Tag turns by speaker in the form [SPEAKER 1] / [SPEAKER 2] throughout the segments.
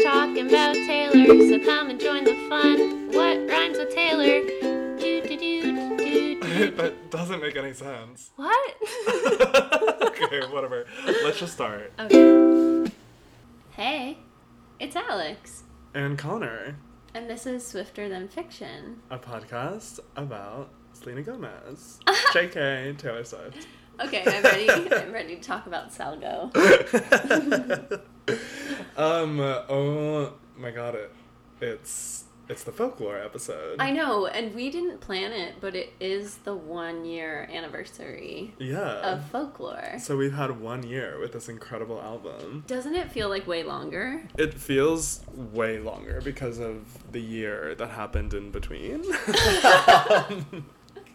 [SPEAKER 1] about Taylor, so come and join the fun. What rhymes with Taylor? Do do do do do.
[SPEAKER 2] that doesn't make any sense.
[SPEAKER 1] What?
[SPEAKER 2] okay, whatever. Let's just start.
[SPEAKER 1] okay. Hey, it's Alex,
[SPEAKER 2] And Connor,
[SPEAKER 1] and this is Swifter Than Fiction.
[SPEAKER 2] a podcast about Selena Gomez, JK, Taylor Swift.
[SPEAKER 1] Okay, I'm ready. I'm ready to talk about Salgo.
[SPEAKER 2] um. Oh my god. It, it's it's the folklore episode.
[SPEAKER 1] I know, and we didn't plan it, but it is the one year anniversary
[SPEAKER 2] yeah.
[SPEAKER 1] of folklore.
[SPEAKER 2] So we've had one year with this incredible album.
[SPEAKER 1] Doesn't it feel like way longer?
[SPEAKER 2] It feels way longer because of the year that happened in between.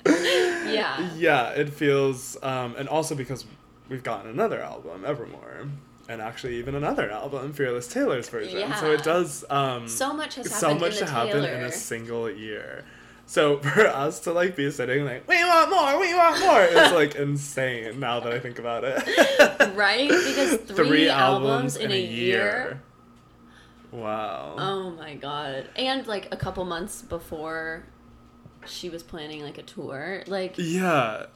[SPEAKER 1] Yeah.
[SPEAKER 2] yeah, it feels, um, and also because we've gotten another album, Evermore, and actually even another album, Fearless Taylor's version. So
[SPEAKER 1] Yeah.
[SPEAKER 2] it does. Um,
[SPEAKER 1] So much has
[SPEAKER 2] so
[SPEAKER 1] happened
[SPEAKER 2] much
[SPEAKER 1] in the
[SPEAKER 2] to happen in
[SPEAKER 1] Taylor.
[SPEAKER 2] a single year. So for us to like be sitting like we want more, we want more, it's like insane now that I think about it.
[SPEAKER 1] right? Because three, albums, in, a year.
[SPEAKER 2] Wow.
[SPEAKER 1] Oh my god. And like a couple months before she was planning like a tour. Like
[SPEAKER 2] yeah.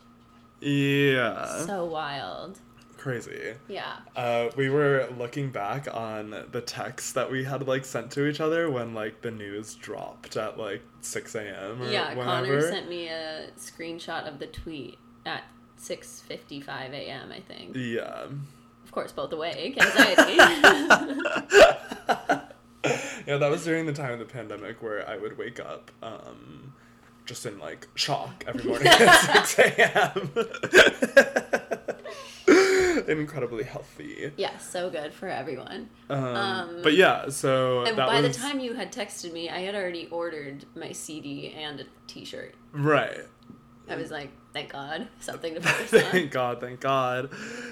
[SPEAKER 2] Yeah.
[SPEAKER 1] so wild.
[SPEAKER 2] Crazy.
[SPEAKER 1] Yeah.
[SPEAKER 2] Uh, we were looking back on the texts that we had like sent to each other when like the news dropped at like six a.m. or
[SPEAKER 1] Yeah,
[SPEAKER 2] whenever.
[SPEAKER 1] Connor sent me a screenshot of the tweet at 6:55 a.m., I think.
[SPEAKER 2] yeah.
[SPEAKER 1] Of course, both awake, anxiety.
[SPEAKER 2] Yeah, that was during the time of the pandemic where I would wake up um, just in like shock every morning at 6 a.m. Incredibly healthy.
[SPEAKER 1] yeah, so good for everyone.
[SPEAKER 2] Um,
[SPEAKER 1] Um,
[SPEAKER 2] but yeah, so
[SPEAKER 1] And
[SPEAKER 2] that
[SPEAKER 1] by
[SPEAKER 2] was
[SPEAKER 1] the time you had texted me, I had already ordered my CD and a t-shirt.
[SPEAKER 2] right.
[SPEAKER 1] I was like, thank God, something to focus on.
[SPEAKER 2] Mm. thank God, thank God,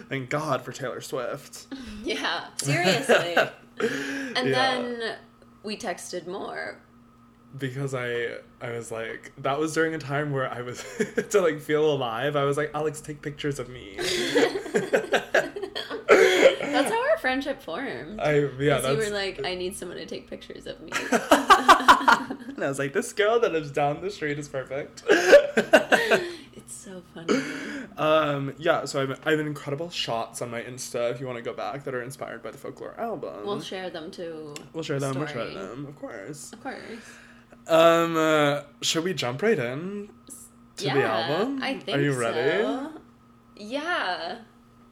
[SPEAKER 2] thank God for Taylor Swift.
[SPEAKER 1] Yeah, seriously. and
[SPEAKER 2] Yeah.
[SPEAKER 1] then we texted more.
[SPEAKER 2] because I I was like that was during a time where I was to like feel alive. I was like Alex, take pictures of me.
[SPEAKER 1] That's how our friendship formed.
[SPEAKER 2] I Uh, yeah,
[SPEAKER 1] 'Cause
[SPEAKER 2] that's
[SPEAKER 1] you were like, I need someone to take pictures of me.
[SPEAKER 2] and I was like this girl that lives down the street is perfect.
[SPEAKER 1] it's so funny.
[SPEAKER 2] um yeah, so I've I have incredible shots on my Insta if you want to go back that are inspired by the folklore album.
[SPEAKER 1] We'll share them too.
[SPEAKER 2] We'll share them. We'll share
[SPEAKER 1] story.
[SPEAKER 2] them, of course.
[SPEAKER 1] Of course.
[SPEAKER 2] Um, uh, should we jump right in to
[SPEAKER 1] yeah,
[SPEAKER 2] the album?
[SPEAKER 1] I think
[SPEAKER 2] Are you ready?
[SPEAKER 1] so. Yeah.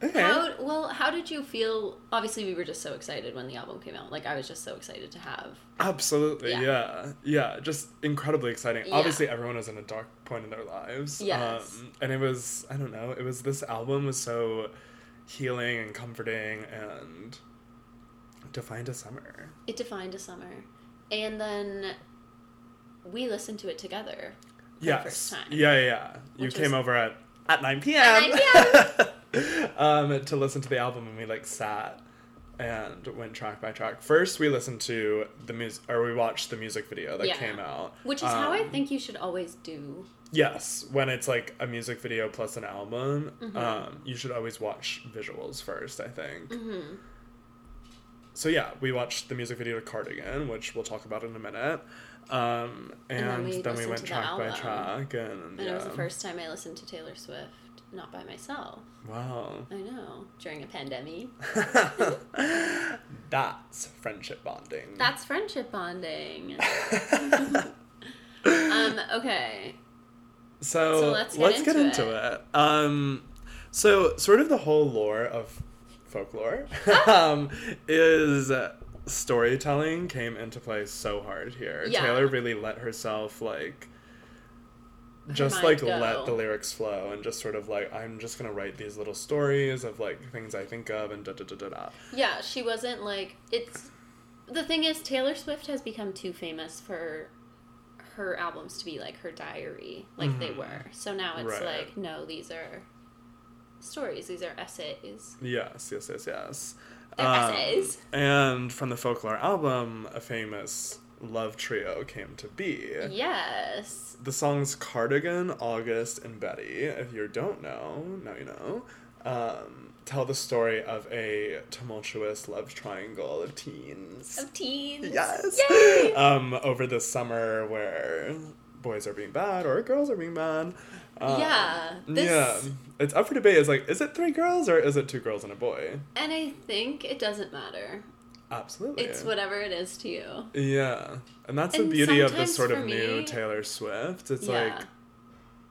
[SPEAKER 2] Okay.
[SPEAKER 1] How well, how did you feel? Obviously, we were just so excited when the album came out. Like I was just so excited to have.
[SPEAKER 2] Absolutely,
[SPEAKER 1] Yeah.
[SPEAKER 2] yeah. yeah. Just incredibly exciting.
[SPEAKER 1] Yeah.
[SPEAKER 2] Obviously everyone is in a dark point in their lives.
[SPEAKER 1] Yes.
[SPEAKER 2] Um, and it was I don't know, it was this album was so healing and comforting and defined a summer.
[SPEAKER 1] It defined a summer. And then we listened to it together the
[SPEAKER 2] yes.
[SPEAKER 1] first time.
[SPEAKER 2] Yeah, yeah, yeah. You
[SPEAKER 1] Which
[SPEAKER 2] came
[SPEAKER 1] was-
[SPEAKER 2] over at at nine PM,
[SPEAKER 1] At
[SPEAKER 2] um to listen to the album and we like sat and went track by track. First we listened to the music or we watched the music video that
[SPEAKER 1] Yeah.
[SPEAKER 2] came out.
[SPEAKER 1] Which is how I
[SPEAKER 2] Um,
[SPEAKER 1] think you should always do.
[SPEAKER 2] Yes, when it's like a music video plus an album,
[SPEAKER 1] Mm-hmm.
[SPEAKER 2] um, you should always watch visuals first, I think.
[SPEAKER 1] Mm-hmm.
[SPEAKER 2] So, yeah, we watched the music video to Cardigan, which we'll talk about in a minute. Um, and,
[SPEAKER 1] then we
[SPEAKER 2] then we,
[SPEAKER 1] listened
[SPEAKER 2] went
[SPEAKER 1] to the
[SPEAKER 2] track by
[SPEAKER 1] album.
[SPEAKER 2] track. And,
[SPEAKER 1] And
[SPEAKER 2] yeah.
[SPEAKER 1] it was the first time I listened to Taylor Swift, not by myself.
[SPEAKER 2] Wow.
[SPEAKER 1] I know, during a pandemic.
[SPEAKER 2] That's friendship bonding.
[SPEAKER 1] That's friendship bonding. um, okay.
[SPEAKER 2] So,
[SPEAKER 1] So let's
[SPEAKER 2] let's
[SPEAKER 1] get
[SPEAKER 2] get,
[SPEAKER 1] into
[SPEAKER 2] into, it. Um, so sort of the whole lore of folklore um, is uh, storytelling came into play so hard here.
[SPEAKER 1] Yeah.
[SPEAKER 2] Taylor really let herself like just
[SPEAKER 1] mind
[SPEAKER 2] like
[SPEAKER 1] go.
[SPEAKER 2] let the lyrics flow and just sort of like I'm just gonna write these little stories of like things I think of and da da da da da.
[SPEAKER 1] Yeah, she wasn't like it's the thing is Taylor Swift has become too famous for her albums to be like her diary, like they were. So now it's
[SPEAKER 2] Mm-hmm. Right.
[SPEAKER 1] like no, these are stories, these are essays.
[SPEAKER 2] Yes, yes, yes, yes. Um,
[SPEAKER 1] They're essays.
[SPEAKER 2] And from the folklore album, a famous love trio came to be.
[SPEAKER 1] Yes.
[SPEAKER 2] the songs Cardigan, August, and Betty. If you don't know, now you know. um, tell the story of a tumultuous love triangle of teens.
[SPEAKER 1] Of teens.
[SPEAKER 2] Yes.
[SPEAKER 1] Yay!
[SPEAKER 2] Um, over the summer where boys are being bad or girls are being bad. Um,
[SPEAKER 1] Yeah,
[SPEAKER 2] Yeah.
[SPEAKER 1] this-
[SPEAKER 2] It's up for debate. It's like, is it three girls or is it two girls and a boy?
[SPEAKER 1] And I think it doesn't matter.
[SPEAKER 2] Absolutely.
[SPEAKER 1] It's whatever it is to you.
[SPEAKER 2] Yeah. And that's the
[SPEAKER 1] And
[SPEAKER 2] beauty of
[SPEAKER 1] sometimes
[SPEAKER 2] this sort
[SPEAKER 1] for
[SPEAKER 2] of
[SPEAKER 1] me-
[SPEAKER 2] new Taylor Swift. It's
[SPEAKER 1] yeah.
[SPEAKER 2] like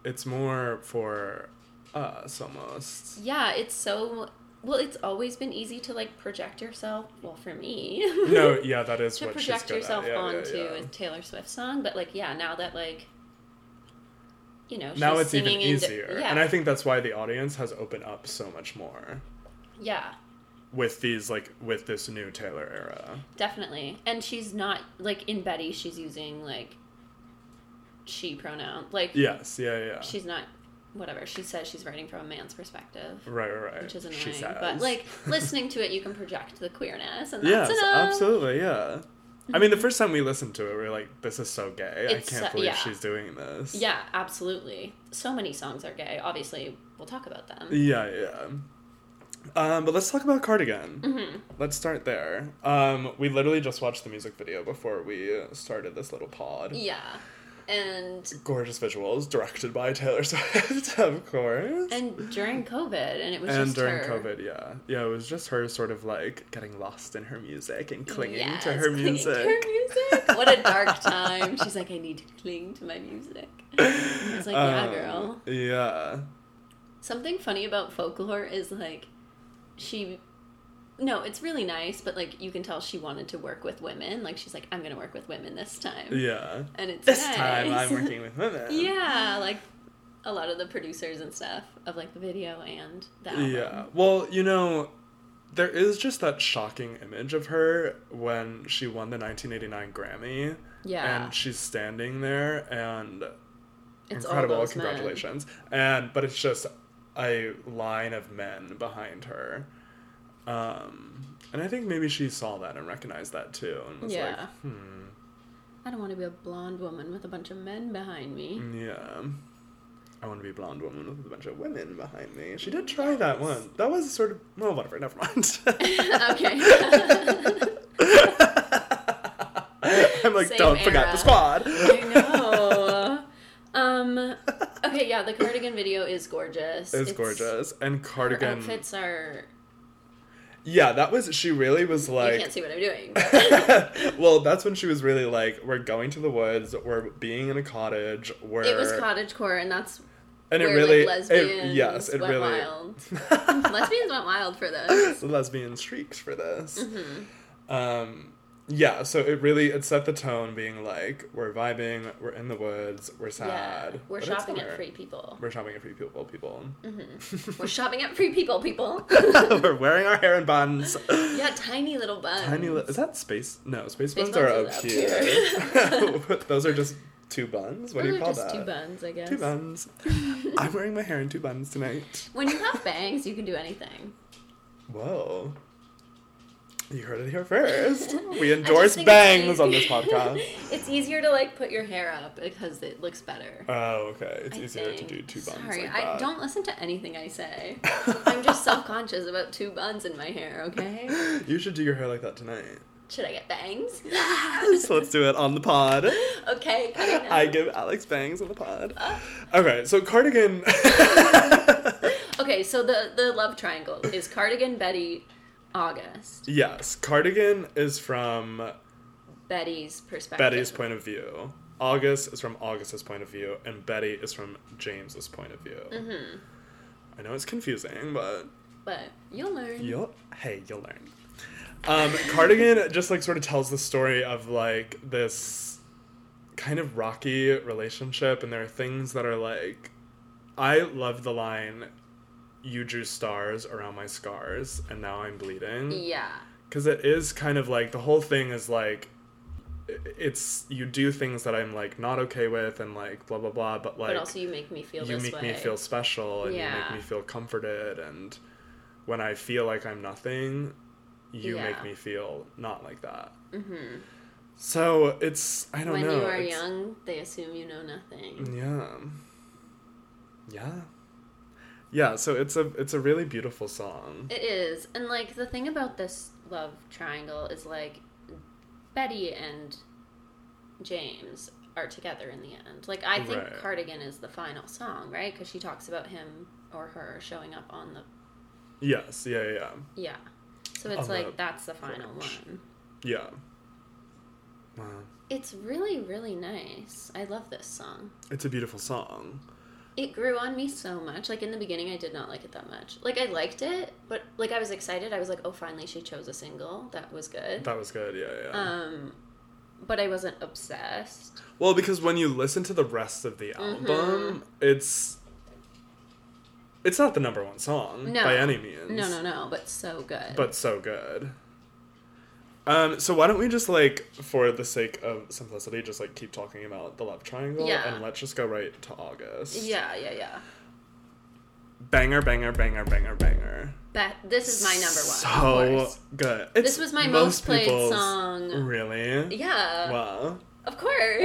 [SPEAKER 2] it's more for us almost.
[SPEAKER 1] Yeah, it's so well, it's always been easy to like project yourself. Well, for me.
[SPEAKER 2] No, yeah, that is
[SPEAKER 1] to
[SPEAKER 2] what she's
[SPEAKER 1] project
[SPEAKER 2] good
[SPEAKER 1] yourself
[SPEAKER 2] at. Yeah, yeah,
[SPEAKER 1] onto
[SPEAKER 2] yeah.
[SPEAKER 1] a Taylor Swift song, but like yeah, now that like you know, she's
[SPEAKER 2] Now it's even
[SPEAKER 1] singing into-
[SPEAKER 2] easier.
[SPEAKER 1] yeah,
[SPEAKER 2] And I think that's why the audience has opened up so much more
[SPEAKER 1] yeah,
[SPEAKER 2] with these like with this new Taylor era.
[SPEAKER 1] definitely. And she's not like in Betty, she's using like she pronoun. Like
[SPEAKER 2] Yes, yeah, yeah.
[SPEAKER 1] she's not whatever. She says she's writing from a man's perspective.
[SPEAKER 2] right, right, right.
[SPEAKER 1] Which is annoying,
[SPEAKER 2] she says.
[SPEAKER 1] but like listening to it, you can project the queerness, and that's
[SPEAKER 2] Yes,
[SPEAKER 1] enough.
[SPEAKER 2] absolutely, yeah. I mean, the first time we listened to it, we were like, "This is so gay!
[SPEAKER 1] It's
[SPEAKER 2] I
[SPEAKER 1] so-
[SPEAKER 2] can't believe
[SPEAKER 1] yeah.
[SPEAKER 2] she's doing this."
[SPEAKER 1] Yeah, absolutely. So many songs are gay. Obviously, we'll talk about them.
[SPEAKER 2] Yeah, yeah. Um, but let's talk about Cardigan.
[SPEAKER 1] Mhm.
[SPEAKER 2] Let's start there. Um, we literally just watched the music video before we started this little pod.
[SPEAKER 1] Yeah, and
[SPEAKER 2] Gorgeous visuals, directed by Taylor Swift, of course.
[SPEAKER 1] and during COVID, and it was
[SPEAKER 2] And
[SPEAKER 1] just
[SPEAKER 2] during
[SPEAKER 1] her.
[SPEAKER 2] COVID, yeah. Yeah, it was just her sort of like getting lost in her music and clinging
[SPEAKER 1] Yes,
[SPEAKER 2] to her
[SPEAKER 1] clinging
[SPEAKER 2] music.
[SPEAKER 1] to her music. What a dark time. She's like, I need to cling to my music. It's like, yeah,
[SPEAKER 2] Um,
[SPEAKER 1] girl.
[SPEAKER 2] Yeah.
[SPEAKER 1] Something funny about folklore is like, she. No, it's really nice, but like you can tell she wanted to work with women. Like she's like, I'm gonna work with women this time,
[SPEAKER 2] Yeah.
[SPEAKER 1] and it's
[SPEAKER 2] This
[SPEAKER 1] nice.
[SPEAKER 2] time I'm working with women.
[SPEAKER 1] yeah, like a lot of the producers and stuff of like the video and the album.
[SPEAKER 2] Yeah. Well, you know, there is just that shocking image of her when she won the 1989 Grammy.
[SPEAKER 1] Yeah.
[SPEAKER 2] And she's standing there and
[SPEAKER 1] It's all
[SPEAKER 2] incredible.
[SPEAKER 1] those men.
[SPEAKER 2] Congratulations. And but it's just a line of men behind her. Um and I think maybe she saw that and recognized that too and was
[SPEAKER 1] Yeah.
[SPEAKER 2] like, hmm.
[SPEAKER 1] I don't want to be a blonde woman with a bunch of men behind me.
[SPEAKER 2] Yeah. I want to be a blonde woman with a bunch of women behind me. She did try that one. That was sort of well, whatever. Never mind.
[SPEAKER 1] okay.
[SPEAKER 2] I'm like,
[SPEAKER 1] Same
[SPEAKER 2] don't forget
[SPEAKER 1] era.
[SPEAKER 2] the squad.
[SPEAKER 1] I know. Um, okay, yeah, the cardigan video is gorgeous.
[SPEAKER 2] It's gorgeous and
[SPEAKER 1] Her
[SPEAKER 2] cardigan.
[SPEAKER 1] outfits are.
[SPEAKER 2] Yeah, that was. She really was
[SPEAKER 1] you
[SPEAKER 2] like.
[SPEAKER 1] can't see what I'm doing. but-
[SPEAKER 2] well, that's when she was really like, we're going to the woods. We're being in a cottage. We're
[SPEAKER 1] it was cottagecore, and that's
[SPEAKER 2] and
[SPEAKER 1] where
[SPEAKER 2] it really
[SPEAKER 1] like, lesbians
[SPEAKER 2] it, yes it
[SPEAKER 1] went
[SPEAKER 2] really
[SPEAKER 1] wild. lesbians Mm-hmm. went wild for this.
[SPEAKER 2] lesbian streaks for this. Um, yeah, so it really it set the tone, being like we're vibing, we're in the woods, we're sad.
[SPEAKER 1] Yeah, we're
[SPEAKER 2] but it's
[SPEAKER 1] shopping at
[SPEAKER 2] summer.
[SPEAKER 1] free Mm-hmm. people.
[SPEAKER 2] We're shopping at free people. People.
[SPEAKER 1] We're shopping at free people, people.
[SPEAKER 2] we're wearing our hair in buns.
[SPEAKER 1] yeah, tiny little buns.
[SPEAKER 2] Tiny. Li- is that space? No, space,
[SPEAKER 1] Space
[SPEAKER 2] buns, are
[SPEAKER 1] buns
[SPEAKER 2] up
[SPEAKER 1] is up
[SPEAKER 2] here. Those are just two buns. What do
[SPEAKER 1] Those
[SPEAKER 2] you
[SPEAKER 1] are
[SPEAKER 2] call
[SPEAKER 1] just
[SPEAKER 2] that?
[SPEAKER 1] two buns, I guess.
[SPEAKER 2] Two buns. I'm wearing my hair in two buns tonight.
[SPEAKER 1] When you have bangs, you can do anything.
[SPEAKER 2] Whoa. You heard it here first. We
[SPEAKER 1] I just
[SPEAKER 2] endorse
[SPEAKER 1] think it's
[SPEAKER 2] bangs on this
[SPEAKER 1] easier-
[SPEAKER 2] podcast.
[SPEAKER 1] it's easier to like put your hair up because it looks better.
[SPEAKER 2] Oh, okay. It's
[SPEAKER 1] I
[SPEAKER 2] easier to
[SPEAKER 1] think.
[SPEAKER 2] do two buns.
[SPEAKER 1] Sorry,
[SPEAKER 2] like
[SPEAKER 1] I
[SPEAKER 2] that.
[SPEAKER 1] don't listen to anything I say. I'm just self-conscious about two buns in my hair. Okay,
[SPEAKER 2] You should do your hair like that tonight.
[SPEAKER 1] should I get bangs?
[SPEAKER 2] so let's do it on the pod.
[SPEAKER 1] okay, cut it
[SPEAKER 2] I
[SPEAKER 1] out.
[SPEAKER 2] give Alex bangs on the pod. Okay, so cardigan.
[SPEAKER 1] okay. So the the love triangle is cardigan, Betty, August.
[SPEAKER 2] yes, cardigan is from
[SPEAKER 1] Betty's perspective.
[SPEAKER 2] Betty's point of view. August is from August's point of view, and Betty is from James's point of view.
[SPEAKER 1] Mm-hmm.
[SPEAKER 2] I know it's confusing, but
[SPEAKER 1] but you'll learn.
[SPEAKER 2] You'll hey, you'll learn. Um, Cardigan just like sort of tells the story of like this kind of rocky relationship, and there are things that are like, I love the line, "You drew stars around my scars, and now I'm bleeding,"
[SPEAKER 1] Yeah.
[SPEAKER 2] because it is kind of like the whole thing is like, i- it's you do things that I'm like not okay with, and like blah blah blah, but like
[SPEAKER 1] but also, you make me feel
[SPEAKER 2] you
[SPEAKER 1] this
[SPEAKER 2] make
[SPEAKER 1] way.
[SPEAKER 2] me feel special and you
[SPEAKER 1] Yeah.
[SPEAKER 2] make me feel comforted and when i feel like i'm nothing you
[SPEAKER 1] Yeah.
[SPEAKER 2] make me feel not like that
[SPEAKER 1] hmm
[SPEAKER 2] so it's i don't
[SPEAKER 1] when
[SPEAKER 2] know
[SPEAKER 1] you are
[SPEAKER 2] it's- Mm.
[SPEAKER 1] young, they assume you know nothing.
[SPEAKER 2] yeah yeah Yeah, so it's a it's a really beautiful song.
[SPEAKER 1] It is. And like the thing about this love triangle is like Betty and James are together in the end. Like I think
[SPEAKER 2] Right.
[SPEAKER 1] Cardigan is the final song, right? Cuz she talks about him or her showing up on the
[SPEAKER 2] Yes, yeah, yeah, yeah.
[SPEAKER 1] yeah. So it's
[SPEAKER 2] On
[SPEAKER 1] like
[SPEAKER 2] the
[SPEAKER 1] that's the final
[SPEAKER 2] porch.
[SPEAKER 1] one.
[SPEAKER 2] Yeah. Wow.
[SPEAKER 1] It's really really nice. I love this song.
[SPEAKER 2] It's a beautiful song.
[SPEAKER 1] It grew on me so much. Like in the beginning, I did not like it that much. Like I liked it, but like I was excited. I was like, "Oh, finally she chose a single. That was good."
[SPEAKER 2] That was good, yeah, yeah.
[SPEAKER 1] Um, but I wasn't obsessed.
[SPEAKER 2] well, because when you listen to the rest of the
[SPEAKER 1] Mm-hmm.
[SPEAKER 2] album, it's it's not the number one song
[SPEAKER 1] No.
[SPEAKER 2] by any means.
[SPEAKER 1] No, no, no. But so good.
[SPEAKER 2] But so good. Um, so why don't we just like, for the sake of simplicity, just like keep talking about the love triangle
[SPEAKER 1] Yeah.
[SPEAKER 2] and let's just go right to August.
[SPEAKER 1] yeah, yeah, yeah.
[SPEAKER 2] Banger, banger, banger, banger, banger.
[SPEAKER 1] That this is my number one. of
[SPEAKER 2] So
[SPEAKER 1] course.
[SPEAKER 2] good. It's
[SPEAKER 1] was my most played
[SPEAKER 2] people's-
[SPEAKER 1] song.
[SPEAKER 2] Really?
[SPEAKER 1] yeah,
[SPEAKER 2] Wow.
[SPEAKER 1] of course.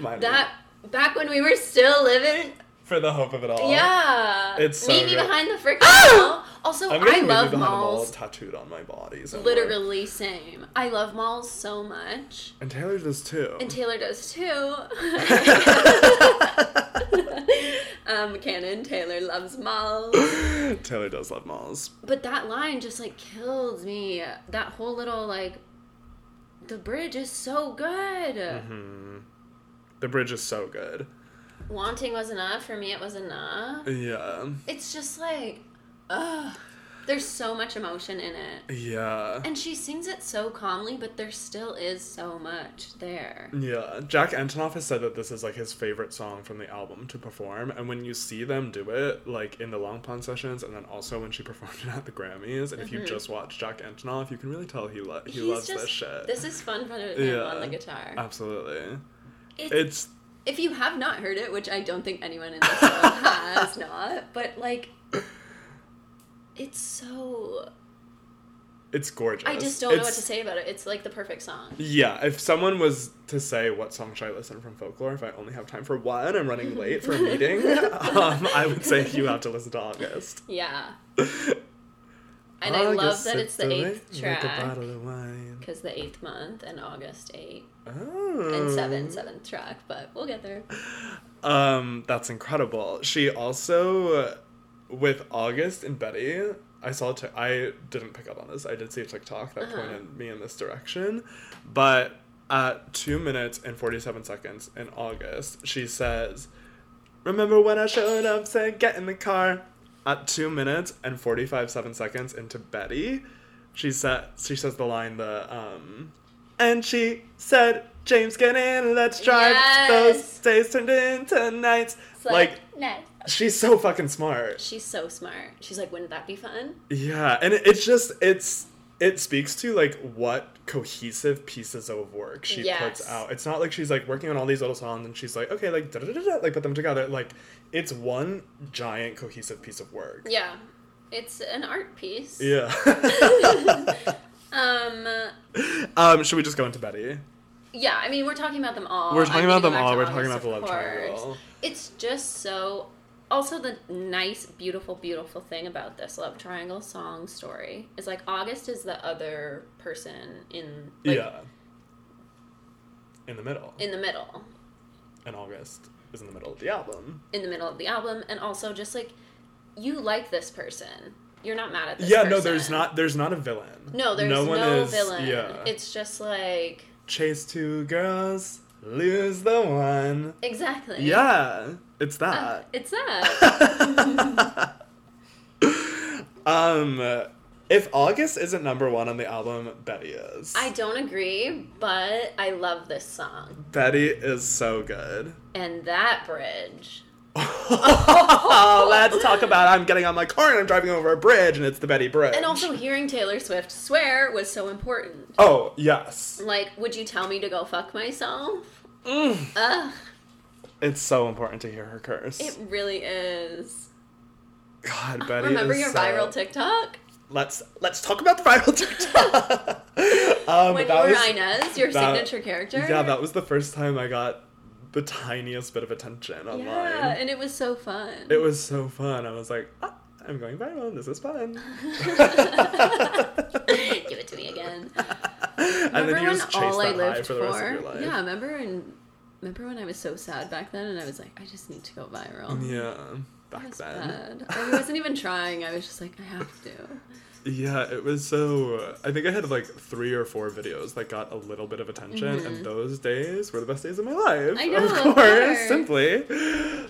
[SPEAKER 2] Mine
[SPEAKER 1] that back when we were still living.
[SPEAKER 2] for the hope of it all.
[SPEAKER 1] Yeah,
[SPEAKER 2] It's so
[SPEAKER 1] meet me
[SPEAKER 2] good.
[SPEAKER 1] behind the freaking mall. Also,
[SPEAKER 2] I'm gonna
[SPEAKER 1] I
[SPEAKER 2] leave
[SPEAKER 1] love
[SPEAKER 2] the Hannibal
[SPEAKER 1] malls.
[SPEAKER 2] tattooed on my body. somewhere.
[SPEAKER 1] Literally same. I love malls so much.
[SPEAKER 2] And Taylor does too.
[SPEAKER 1] And Taylor does too. um, Canon Taylor loves malls.
[SPEAKER 2] Taylor does love malls.
[SPEAKER 1] But that line just like killed me. That whole little like the bridge is so good.
[SPEAKER 2] Mm-hmm. The bridge is so good.
[SPEAKER 1] Wanting was enough. For me it was enough.
[SPEAKER 2] Yeah.
[SPEAKER 1] It's just like ugh. There's so much emotion in it.
[SPEAKER 2] Yeah.
[SPEAKER 1] And she sings it so calmly, but there still is so much there.
[SPEAKER 2] Yeah. Jack Antonoff has said that this is like his favorite song from the album to perform. And when you see them do it, like in the Long Pond sessions and then also when she performed it at the Grammys, and if you just watch Jack Antonoff, you can really tell he, lo- he
[SPEAKER 1] Mm-hmm. He's
[SPEAKER 2] loves
[SPEAKER 1] just-
[SPEAKER 2] this shit.
[SPEAKER 1] This is fun for him
[SPEAKER 2] Yeah.
[SPEAKER 1] on the guitar.
[SPEAKER 2] Absolutely.
[SPEAKER 1] It's-
[SPEAKER 2] It's
[SPEAKER 1] if you have not heard it, which I don't think anyone in this room has not, but like, it's so.
[SPEAKER 2] it's gorgeous.
[SPEAKER 1] I just don't know what
[SPEAKER 2] It's-
[SPEAKER 1] to say about it. It's like the perfect song.
[SPEAKER 2] Yeah, if someone was to say what song should I listen from folklore, if I only have time for one, I'm running late for a meeting. um, I would say you have to listen to August.
[SPEAKER 1] Yeah. And I love
[SPEAKER 2] August
[SPEAKER 1] that it's the
[SPEAKER 2] sipped
[SPEAKER 1] eighth
[SPEAKER 2] away like a
[SPEAKER 1] track
[SPEAKER 2] bottle of wine.
[SPEAKER 1] because the eighth month and August eight
[SPEAKER 2] Oh.
[SPEAKER 1] and seven seventh track, but we'll get there.
[SPEAKER 2] Um, that's incredible. She also, with August and Betty, I saw. T- I didn't pick up on this. I did see a TikTok that pointed me in this direction, but at two minutes and forty-seven seconds in August, she says, "Remember when I showed up? Said get in the car." At two minutes and forty-five seven seconds into Betty, she said she says the line the um, and she said. James, get in. Let's drive. Those
[SPEAKER 1] Yes.
[SPEAKER 2] days turned into nights.
[SPEAKER 1] It's
[SPEAKER 2] Like,
[SPEAKER 1] nice.
[SPEAKER 2] she's so fucking smart.
[SPEAKER 1] She's so smart. She's like, wouldn't that be fun?
[SPEAKER 2] Yeah, and it, it's just it's it speaks to like what cohesive pieces of work she
[SPEAKER 1] Yes.
[SPEAKER 2] puts out. It's not like she's like working on all these little songs and she's like, okay, like da da da da, like put them together. Like it's one giant cohesive piece of work.
[SPEAKER 1] Yeah, it's an art piece.
[SPEAKER 2] Yeah.
[SPEAKER 1] Um.
[SPEAKER 2] um, should we just go into Betty?
[SPEAKER 1] Yeah, I mean, we're talking about them all.
[SPEAKER 2] We're
[SPEAKER 1] I
[SPEAKER 2] talking
[SPEAKER 1] mean,
[SPEAKER 2] about them
[SPEAKER 1] back
[SPEAKER 2] all.
[SPEAKER 1] to
[SPEAKER 2] We're talking about
[SPEAKER 1] August,
[SPEAKER 2] the
[SPEAKER 1] of
[SPEAKER 2] love
[SPEAKER 1] course.
[SPEAKER 2] triangle.
[SPEAKER 1] It's just so. Also, the nice, beautiful, beautiful thing about this love triangle song story is like August is the other person in like,
[SPEAKER 2] yeah. In the middle.
[SPEAKER 1] in the middle,
[SPEAKER 2] and August is in the middle of the album.
[SPEAKER 1] in the middle of the album, and also just like you like this person, you're not mad at this.
[SPEAKER 2] yeah, no, there's
[SPEAKER 1] person.
[SPEAKER 2] not there's not a villain.
[SPEAKER 1] No, there's no,
[SPEAKER 2] is-
[SPEAKER 1] villain.
[SPEAKER 2] Yeah.
[SPEAKER 1] It's just like
[SPEAKER 2] chase two girls, lose the one.
[SPEAKER 1] exactly.
[SPEAKER 2] Yeah, it's
[SPEAKER 1] Uh,
[SPEAKER 2] that.
[SPEAKER 1] it's that.
[SPEAKER 2] Um, if August isn't number one on the album, Betty is.
[SPEAKER 1] I don't agree, but I love this song
[SPEAKER 2] Betty is so good.
[SPEAKER 1] and that bridge.
[SPEAKER 2] Let's talk about I'm getting on my car and I'm driving over a bridge and it's the Betty Bridge.
[SPEAKER 1] And also, hearing Taylor Swift swear was so important.
[SPEAKER 2] Oh, yes.
[SPEAKER 1] Like, would you tell me to go fuck myself?
[SPEAKER 2] Mm.
[SPEAKER 1] Ugh,
[SPEAKER 2] It's so important to hear her curse.
[SPEAKER 1] it really is.
[SPEAKER 2] God, Betty
[SPEAKER 1] Remember
[SPEAKER 2] is
[SPEAKER 1] your
[SPEAKER 2] so-
[SPEAKER 1] viral TikTok
[SPEAKER 2] Let's let's talk about the viral TikTok. um,
[SPEAKER 1] when
[SPEAKER 2] that
[SPEAKER 1] you were
[SPEAKER 2] was-
[SPEAKER 1] Inez, your
[SPEAKER 2] Um, that-
[SPEAKER 1] signature character?
[SPEAKER 2] Yeah, that was the first time I got the tiniest bit of attention online.
[SPEAKER 1] Yeah, and it was so fun.
[SPEAKER 2] It was so fun. I was like, ah, I'm going viral. This is fun.
[SPEAKER 1] Give it to me again.
[SPEAKER 2] and then
[SPEAKER 1] remember
[SPEAKER 2] you
[SPEAKER 1] when
[SPEAKER 2] just chase
[SPEAKER 1] all I
[SPEAKER 2] that high
[SPEAKER 1] lived for?
[SPEAKER 2] for the rest of your life.
[SPEAKER 1] Yeah, remember and remember when I was so sad back then, and I was like, I just need to go viral.
[SPEAKER 2] Yeah,
[SPEAKER 1] That
[SPEAKER 2] Back
[SPEAKER 1] was
[SPEAKER 2] then.
[SPEAKER 1] bad. I wasn't even trying. I was just like, I have to.
[SPEAKER 2] Yeah, it was so. I think I had like three or four videos that got a little bit of attention, and those days were the best days of my life.
[SPEAKER 1] Mm-hmm. I know, of
[SPEAKER 2] of course,
[SPEAKER 1] course.
[SPEAKER 2] simply,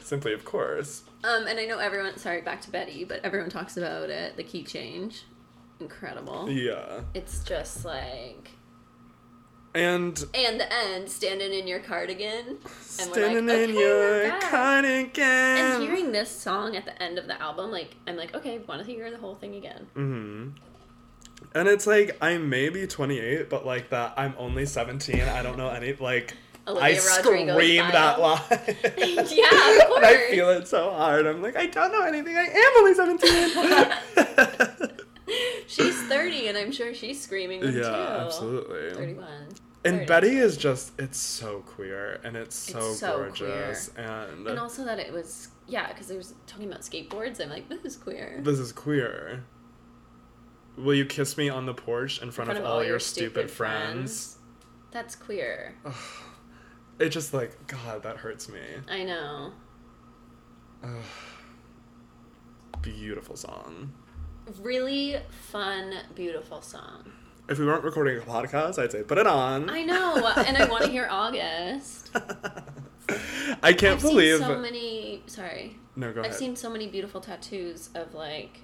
[SPEAKER 2] simply, of course.
[SPEAKER 1] Um, and I know everyone. Sorry, back to Betty, but everyone talks about it. The key change, incredible.
[SPEAKER 2] Yeah,
[SPEAKER 1] It's just like,
[SPEAKER 2] and
[SPEAKER 1] and the end, standing in your cardigan, and we're like,
[SPEAKER 2] standing in
[SPEAKER 1] okay, we're
[SPEAKER 2] your
[SPEAKER 1] back.
[SPEAKER 2] cardigan.
[SPEAKER 1] And hearing this song at the end of the album, like, I'm like, okay, want to hear the whole thing again?
[SPEAKER 2] hmm And it's like I may be 28, but like that I'm only 17. I don't know any like. I
[SPEAKER 1] Olivia Rodrigo
[SPEAKER 2] scream that
[SPEAKER 1] style.
[SPEAKER 2] line.
[SPEAKER 1] yeah, of
[SPEAKER 2] And I
[SPEAKER 1] course.
[SPEAKER 2] feel it so hard. I'm like, I don't know anything. I am only 17.
[SPEAKER 1] She's 30, and I'm sure she's screaming them
[SPEAKER 2] yeah,
[SPEAKER 1] too.
[SPEAKER 2] absolutely.
[SPEAKER 1] 31.
[SPEAKER 2] And
[SPEAKER 1] 30.
[SPEAKER 2] Betty is just, it's so queer and it's so
[SPEAKER 1] It's so
[SPEAKER 2] gorgeous. And,
[SPEAKER 1] And also that it was, yeah, because it was talking about skateboards. I'm like, this is queer.
[SPEAKER 2] this is queer. Will you kiss me on the porch in front, of, all, your stupid, friends?
[SPEAKER 1] That's queer.
[SPEAKER 2] It just like, God, that hurts me.
[SPEAKER 1] I know.
[SPEAKER 2] Ugh. Beautiful song.
[SPEAKER 1] Really fun, beautiful song.
[SPEAKER 2] If we weren't recording a podcast, I'd say put it on.
[SPEAKER 1] I know, and I want to hear August.
[SPEAKER 2] I can't
[SPEAKER 1] I've
[SPEAKER 2] believe.
[SPEAKER 1] seen so many. Sorry,
[SPEAKER 2] no, go
[SPEAKER 1] I've
[SPEAKER 2] ahead.
[SPEAKER 1] seen so many beautiful tattoos of like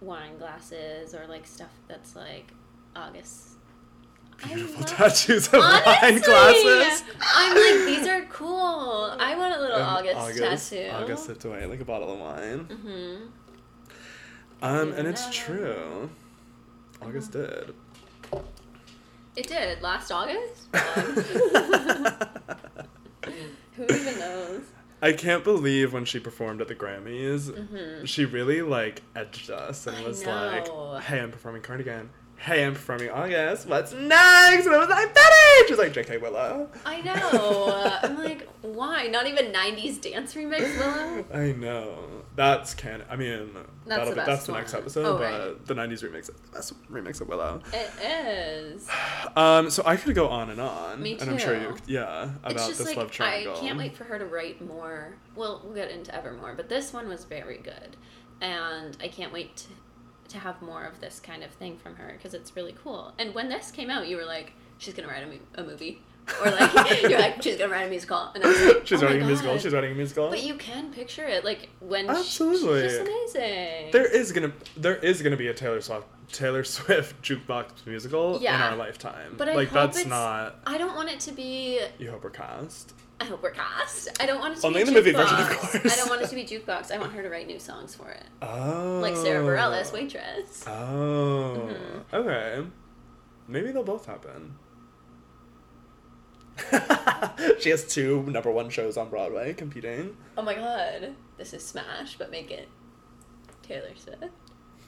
[SPEAKER 1] wine glasses or like stuff that's like August. I
[SPEAKER 2] Beautiful
[SPEAKER 1] love-
[SPEAKER 2] tattoos of wine
[SPEAKER 1] Honestly,
[SPEAKER 2] glasses.
[SPEAKER 1] I'm like, these are cool. I want a little
[SPEAKER 2] An
[SPEAKER 1] August, tattoo.
[SPEAKER 2] August tattoo, like a bottle of wine.
[SPEAKER 1] hmm
[SPEAKER 2] Um,
[SPEAKER 1] Yeah. Uh-huh.
[SPEAKER 2] and it's true. August did.
[SPEAKER 1] It did last August. Who even knows?
[SPEAKER 2] I can't believe when she performed at the Grammys,
[SPEAKER 1] Mhm.
[SPEAKER 2] she really like edged us and
[SPEAKER 1] I
[SPEAKER 2] was
[SPEAKER 1] know.
[SPEAKER 2] like, "Hey, I'm performing Cardigan. Hey, I'm performing August. What's next?" And I was like, "Betty." She was like, "J.K. Willow."
[SPEAKER 1] I know. I'm like, why? Not even '90s dance remix, Willow.
[SPEAKER 2] I know. That's canon. I mean,
[SPEAKER 1] That's
[SPEAKER 2] that'll
[SPEAKER 1] the
[SPEAKER 2] be, that's
[SPEAKER 1] best
[SPEAKER 2] the next
[SPEAKER 1] one.
[SPEAKER 2] episode,
[SPEAKER 1] Oh,
[SPEAKER 2] but
[SPEAKER 1] right.
[SPEAKER 2] the 90s remix is the best remix of Willow.
[SPEAKER 1] It is.
[SPEAKER 2] Um, so I could go on and on.
[SPEAKER 1] Me
[SPEAKER 2] And I'm sure you,
[SPEAKER 1] too.
[SPEAKER 2] yeah,
[SPEAKER 1] it's
[SPEAKER 2] about
[SPEAKER 1] just
[SPEAKER 2] this
[SPEAKER 1] like
[SPEAKER 2] love triangle.
[SPEAKER 1] I can't wait for her to write more. Well, we'll get into Evermore, but this one was very good, and I can't wait to, to have more of this kind of thing from her because it's really cool. And when this came out, you were like, she's gonna write a, mu- a movie, or like you're like she's gonna write a musical, and I was like,
[SPEAKER 2] She's
[SPEAKER 1] oh my
[SPEAKER 2] writing a musical.
[SPEAKER 1] God.
[SPEAKER 2] She's writing a musical.
[SPEAKER 1] But you can picture it, like when
[SPEAKER 2] Absolutely.
[SPEAKER 1] she, she's just amazing.
[SPEAKER 2] there is gonna there is gonna be a Taylor Swift Taylor Swift jukebox musical in
[SPEAKER 1] Yeah.
[SPEAKER 2] our lifetime.
[SPEAKER 1] But I
[SPEAKER 2] like
[SPEAKER 1] hope
[SPEAKER 2] that's
[SPEAKER 1] it's-
[SPEAKER 2] not
[SPEAKER 1] I don't want it to be.
[SPEAKER 2] you hope we're cast.
[SPEAKER 1] I hope we're cast. I don't want it to
[SPEAKER 2] Only
[SPEAKER 1] be
[SPEAKER 2] in Oh, the movie
[SPEAKER 1] jukebox.
[SPEAKER 2] version, of course.
[SPEAKER 1] I don't want it to be jukebox. I want her to write new songs for it.
[SPEAKER 2] Oh,
[SPEAKER 1] like Sarah Bareilles, Mm-hmm. waitress.
[SPEAKER 2] Oh, okay. Maybe they'll both happen. she has two number one shows on Broadway competing.
[SPEAKER 1] Oh my god, this is Smash, but make it Taylor Swift.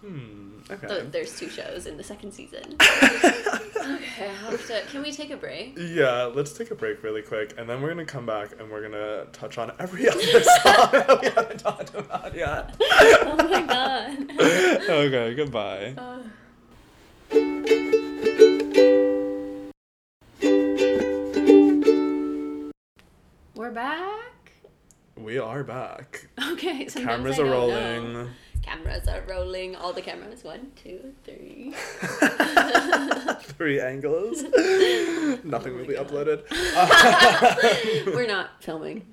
[SPEAKER 2] Hmm.
[SPEAKER 1] Th-
[SPEAKER 2] Okay.
[SPEAKER 1] there's two shows in the second season. okay, I have to. Can we take a break?
[SPEAKER 2] Yeah, let's take a break really quick, and then we're gonna come back and we're gonna touch on every other song that we haven't talked about yet.
[SPEAKER 1] oh my god.
[SPEAKER 2] okay, goodbye.
[SPEAKER 1] Uh, We're back.
[SPEAKER 2] We are back.
[SPEAKER 1] Okay, sometimes
[SPEAKER 2] Cameras
[SPEAKER 1] I
[SPEAKER 2] are
[SPEAKER 1] don't
[SPEAKER 2] rolling.
[SPEAKER 1] know. Oh. Cameras are rolling. All the cameras. One, two, three.
[SPEAKER 2] Three angles. Nothing
[SPEAKER 1] Oh
[SPEAKER 2] will
[SPEAKER 1] my
[SPEAKER 2] be
[SPEAKER 1] God.
[SPEAKER 2] uploaded.
[SPEAKER 1] We're not filming.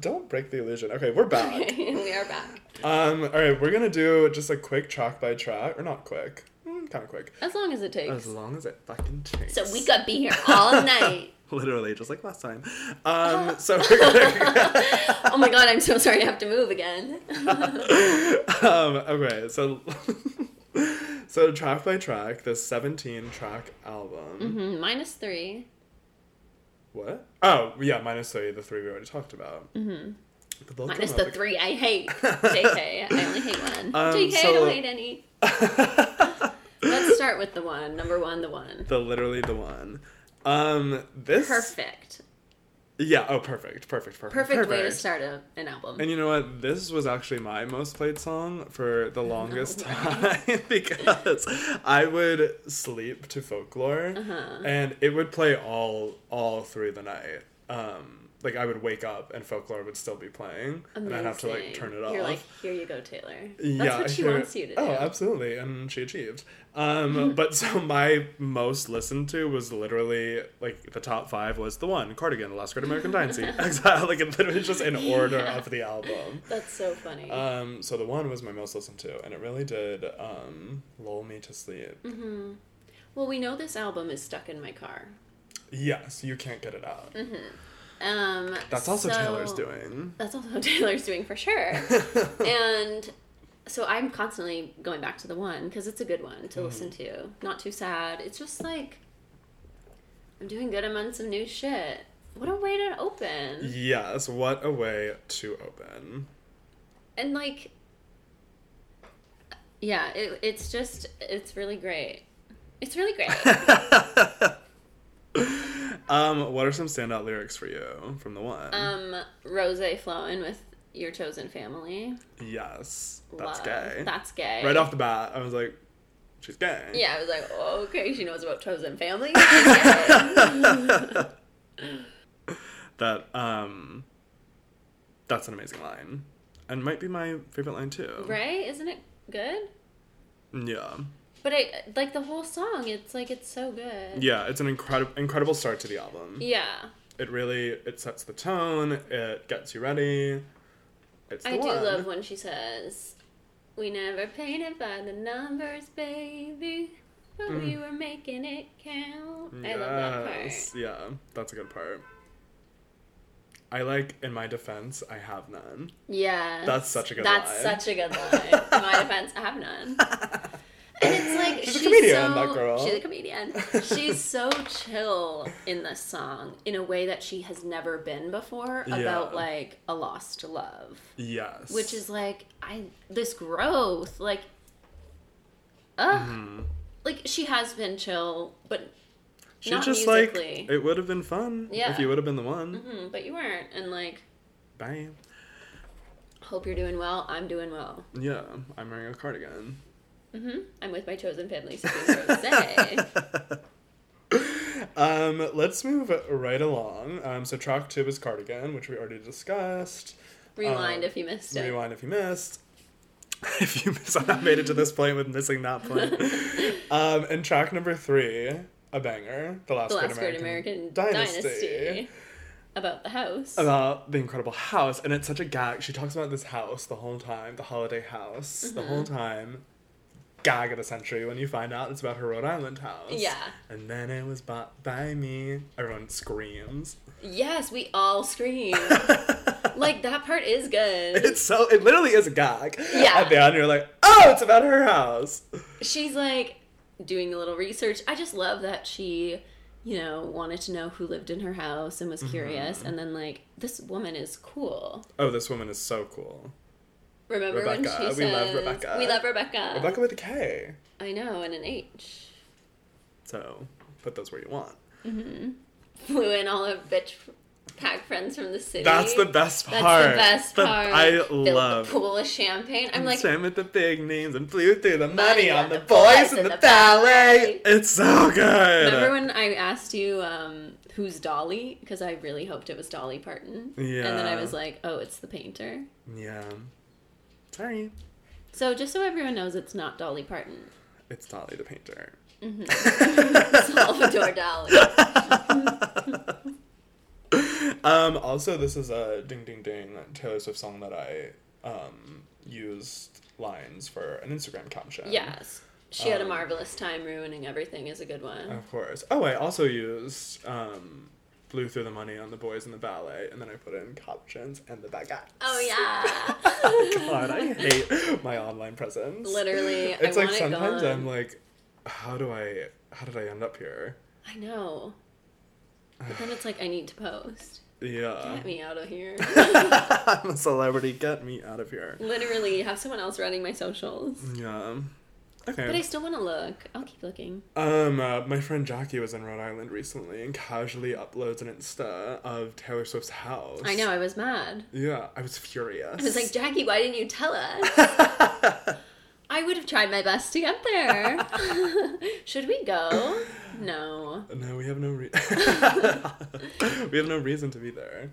[SPEAKER 2] Don't break the illusion. Okay, we're back.
[SPEAKER 1] Okay, we are back.
[SPEAKER 2] Um, all right, we're gonna do just a quick track by track, or not quick, mm, kind of quick,
[SPEAKER 1] As long as it takes.
[SPEAKER 2] as long as it fucking takes.
[SPEAKER 1] So we could be here all night.
[SPEAKER 2] literally just like last time. Um, so we're gonna.
[SPEAKER 1] Oh my god, I'm so sorry I have to move again. Mm-hmm,
[SPEAKER 2] um, okay, so so track by track, the seventeen track album.
[SPEAKER 1] Mhm, Minus three.
[SPEAKER 2] What? Oh yeah, minus three, the three we already talked about. Mm-hmm. The bulk
[SPEAKER 1] Minus
[SPEAKER 2] drum
[SPEAKER 1] the
[SPEAKER 2] of
[SPEAKER 1] three I hate. JK, I only hate one.
[SPEAKER 2] Um,
[SPEAKER 1] JK, I
[SPEAKER 2] so-
[SPEAKER 1] don't hate any. Let's start with the one. Number one, the one.
[SPEAKER 2] The literally the one. Um, this
[SPEAKER 1] Perfect.
[SPEAKER 2] Yeah. Oh, perfect. Perfect. Perfect.
[SPEAKER 1] Perfect, way to start a, an album.
[SPEAKER 2] And you know what? This was actually my most played song for the longest time because I would sleep to folklore
[SPEAKER 1] Uh-huh.
[SPEAKER 2] and it would play all all through the night. Um like I would wake up and folklore would still be playing and I'd have to like
[SPEAKER 1] Amazing.
[SPEAKER 2] turn it off.
[SPEAKER 1] You're like, here you go, Taylor. That's
[SPEAKER 2] yeah,
[SPEAKER 1] what she
[SPEAKER 2] here-
[SPEAKER 1] wants you to do.
[SPEAKER 2] Oh, absolutely, and she achieved. Um, but so my most listened to was literally like the top five was the one Cardigan, Last Great American Dynasty, Exile. Like it literally just in order
[SPEAKER 1] Yeah.
[SPEAKER 2] of the album.
[SPEAKER 1] That's so funny.
[SPEAKER 2] Um, so the one was my most listened to, and it really did um, lull me to sleep.
[SPEAKER 1] Mm-hmm. well, we know this album is stuck in my car.
[SPEAKER 2] Yes, you can't get it out.
[SPEAKER 1] Um,
[SPEAKER 2] That's also
[SPEAKER 1] Mm-hmm. so-
[SPEAKER 2] Taylor's doing.
[SPEAKER 1] That's also Taylor's doing for sure. and so I'm constantly going back to the one because it's a good one to listen
[SPEAKER 2] Mm-hmm.
[SPEAKER 1] to. Not too sad. It's just like I'm doing good. I'm on some new shit. What a way to open.
[SPEAKER 2] Yes, what a way to open.
[SPEAKER 1] And like, yeah, it, it's just it's really great. It's really great.
[SPEAKER 2] um, what are some standout lyrics for you from the one?
[SPEAKER 1] um, rose flowing with your chosen family.
[SPEAKER 2] Yes, that's
[SPEAKER 1] Love.
[SPEAKER 2] gay.
[SPEAKER 1] That's gay.
[SPEAKER 2] right off the bat, I was like, she's gay.
[SPEAKER 1] Yeah, I was like, oh, okay, she knows about chosen family. She's gay.
[SPEAKER 2] That um, that's an amazing line, and might be my favorite line too.
[SPEAKER 1] right? Isn't it good?
[SPEAKER 2] Yeah,
[SPEAKER 1] But I like the whole song. It's like it's so good.
[SPEAKER 2] yeah. It's an incredible, incredible start to the album.
[SPEAKER 1] Yeah.
[SPEAKER 2] It really it sets the tone. It gets you ready. It's the
[SPEAKER 1] I do
[SPEAKER 2] one.
[SPEAKER 1] love when she says, "We never painted by the numbers, baby, but we were making it count." I love that
[SPEAKER 2] Mm. Yes,
[SPEAKER 1] part.
[SPEAKER 2] Yeah, that's a good part. I like, in my defense, I have none.
[SPEAKER 1] Yeah.
[SPEAKER 2] That's such a good
[SPEAKER 1] That's
[SPEAKER 2] line.
[SPEAKER 1] such a good line. In my defense, I have none. And it's like
[SPEAKER 2] She's a comedian,
[SPEAKER 1] so,
[SPEAKER 2] that girl.
[SPEAKER 1] She's a comedian. She's so chill in this song in a way that she has never been before
[SPEAKER 2] Yeah.
[SPEAKER 1] about like a lost love.
[SPEAKER 2] Yes.
[SPEAKER 1] which is like I this growth like ugh
[SPEAKER 2] Mm-hmm. Hmm.
[SPEAKER 1] like she has been chill but
[SPEAKER 2] She
[SPEAKER 1] not
[SPEAKER 2] just
[SPEAKER 1] musically
[SPEAKER 2] like it would have been fun if
[SPEAKER 1] Yeah.
[SPEAKER 2] you would have been the one.
[SPEAKER 1] Mhm, but you weren't and like
[SPEAKER 2] Bye.
[SPEAKER 1] hope you're doing well I'm doing well
[SPEAKER 2] Yeah, I'm wearing a cardigan.
[SPEAKER 1] hmm I'm with my chosen family sipping rosé
[SPEAKER 2] Um, let's move right along. Um, so track two is cardigan, which we already discussed.
[SPEAKER 1] rewind
[SPEAKER 2] Um,
[SPEAKER 1] if you missed it
[SPEAKER 2] Rewind if you missed. if you miss, I made it to this point with missing that point. um, and track number three, a banger, the last,
[SPEAKER 1] the
[SPEAKER 2] Great
[SPEAKER 1] last great American, dynasty. about the house
[SPEAKER 2] about the incredible house and it's such a gag she talks about this house the whole time the holiday house the whole
[SPEAKER 1] Mm-hmm.
[SPEAKER 2] time gag of the century when you find out it's about her rhode island house
[SPEAKER 1] Yeah.
[SPEAKER 2] and then it was bought by me everyone screams
[SPEAKER 1] yes we all scream like that part is good
[SPEAKER 2] it's so it literally is a gag
[SPEAKER 1] Yeah.
[SPEAKER 2] at the end you're like oh it's about her house
[SPEAKER 1] she's like doing a little research. I just love that she, you know, wanted to know who lived in her house and was
[SPEAKER 2] Mm-hmm.
[SPEAKER 1] curious. And then like, this woman is cool.
[SPEAKER 2] oh this woman is so cool
[SPEAKER 1] Remember when she
[SPEAKER 2] Rebecca.
[SPEAKER 1] says,
[SPEAKER 2] We love Rebecca.
[SPEAKER 1] "We love Rebecca."
[SPEAKER 2] rebecca with a k
[SPEAKER 1] I know, and an H.
[SPEAKER 2] so put those where you want
[SPEAKER 1] Flew in all her bitch pack friends from the city.
[SPEAKER 2] that's the best part
[SPEAKER 1] That's the best
[SPEAKER 2] The-
[SPEAKER 1] part.
[SPEAKER 2] i
[SPEAKER 1] Filled
[SPEAKER 2] love
[SPEAKER 1] the pool of champagne. I'm like,
[SPEAKER 2] swam with the big names and flew through the money
[SPEAKER 1] Money
[SPEAKER 2] on the boys and the ballet.
[SPEAKER 1] ballet.
[SPEAKER 2] It's so good.
[SPEAKER 1] remember when I asked you um, who's Dolly? Because I really hoped it was Dolly Parton. And then I
[SPEAKER 2] Yeah.
[SPEAKER 1] was like, oh, it's the painter.
[SPEAKER 2] yeah. Sorry.
[SPEAKER 1] So just so everyone knows, it's not Dolly Parton.
[SPEAKER 2] It's Dolly the painter.
[SPEAKER 1] Salvador Dali.
[SPEAKER 2] Um, also, this is a ding ding ding Taylor Swift song that I um, used lines for an Instagram caption.
[SPEAKER 1] Yes. She had a
[SPEAKER 2] Um,
[SPEAKER 1] marvelous time ruining everything is a good one.
[SPEAKER 2] Of course. Oh, I also used um, flew through the money on the boys and the ballet, and then I put in captions and the baguettes.
[SPEAKER 1] oh yeah.
[SPEAKER 2] God, I hate my online presence.
[SPEAKER 1] Literally,
[SPEAKER 2] It's
[SPEAKER 1] I want
[SPEAKER 2] like
[SPEAKER 1] it
[SPEAKER 2] sometimes
[SPEAKER 1] gone.
[SPEAKER 2] I'm like, how do I, how did I end up here?
[SPEAKER 1] I know. But then it's like I need to post.
[SPEAKER 2] Yeah,
[SPEAKER 1] Get me out of here.
[SPEAKER 2] I'm a celebrity. Get me out of here.
[SPEAKER 1] Literally have someone else running my socials.
[SPEAKER 2] Yeah. Okay.
[SPEAKER 1] But I still want to look. I'll keep looking.
[SPEAKER 2] Um, uh, my friend Jackie was in Rhode Island recently and casually uploads an Insta of Taylor Swift's house.
[SPEAKER 1] I know, I was mad.
[SPEAKER 2] Yeah, I was furious.
[SPEAKER 1] I was like, Jackie, why didn't you tell us? I would have tried my best to get there. Should we go? No.
[SPEAKER 2] no, we have no re- we have no reason to be there,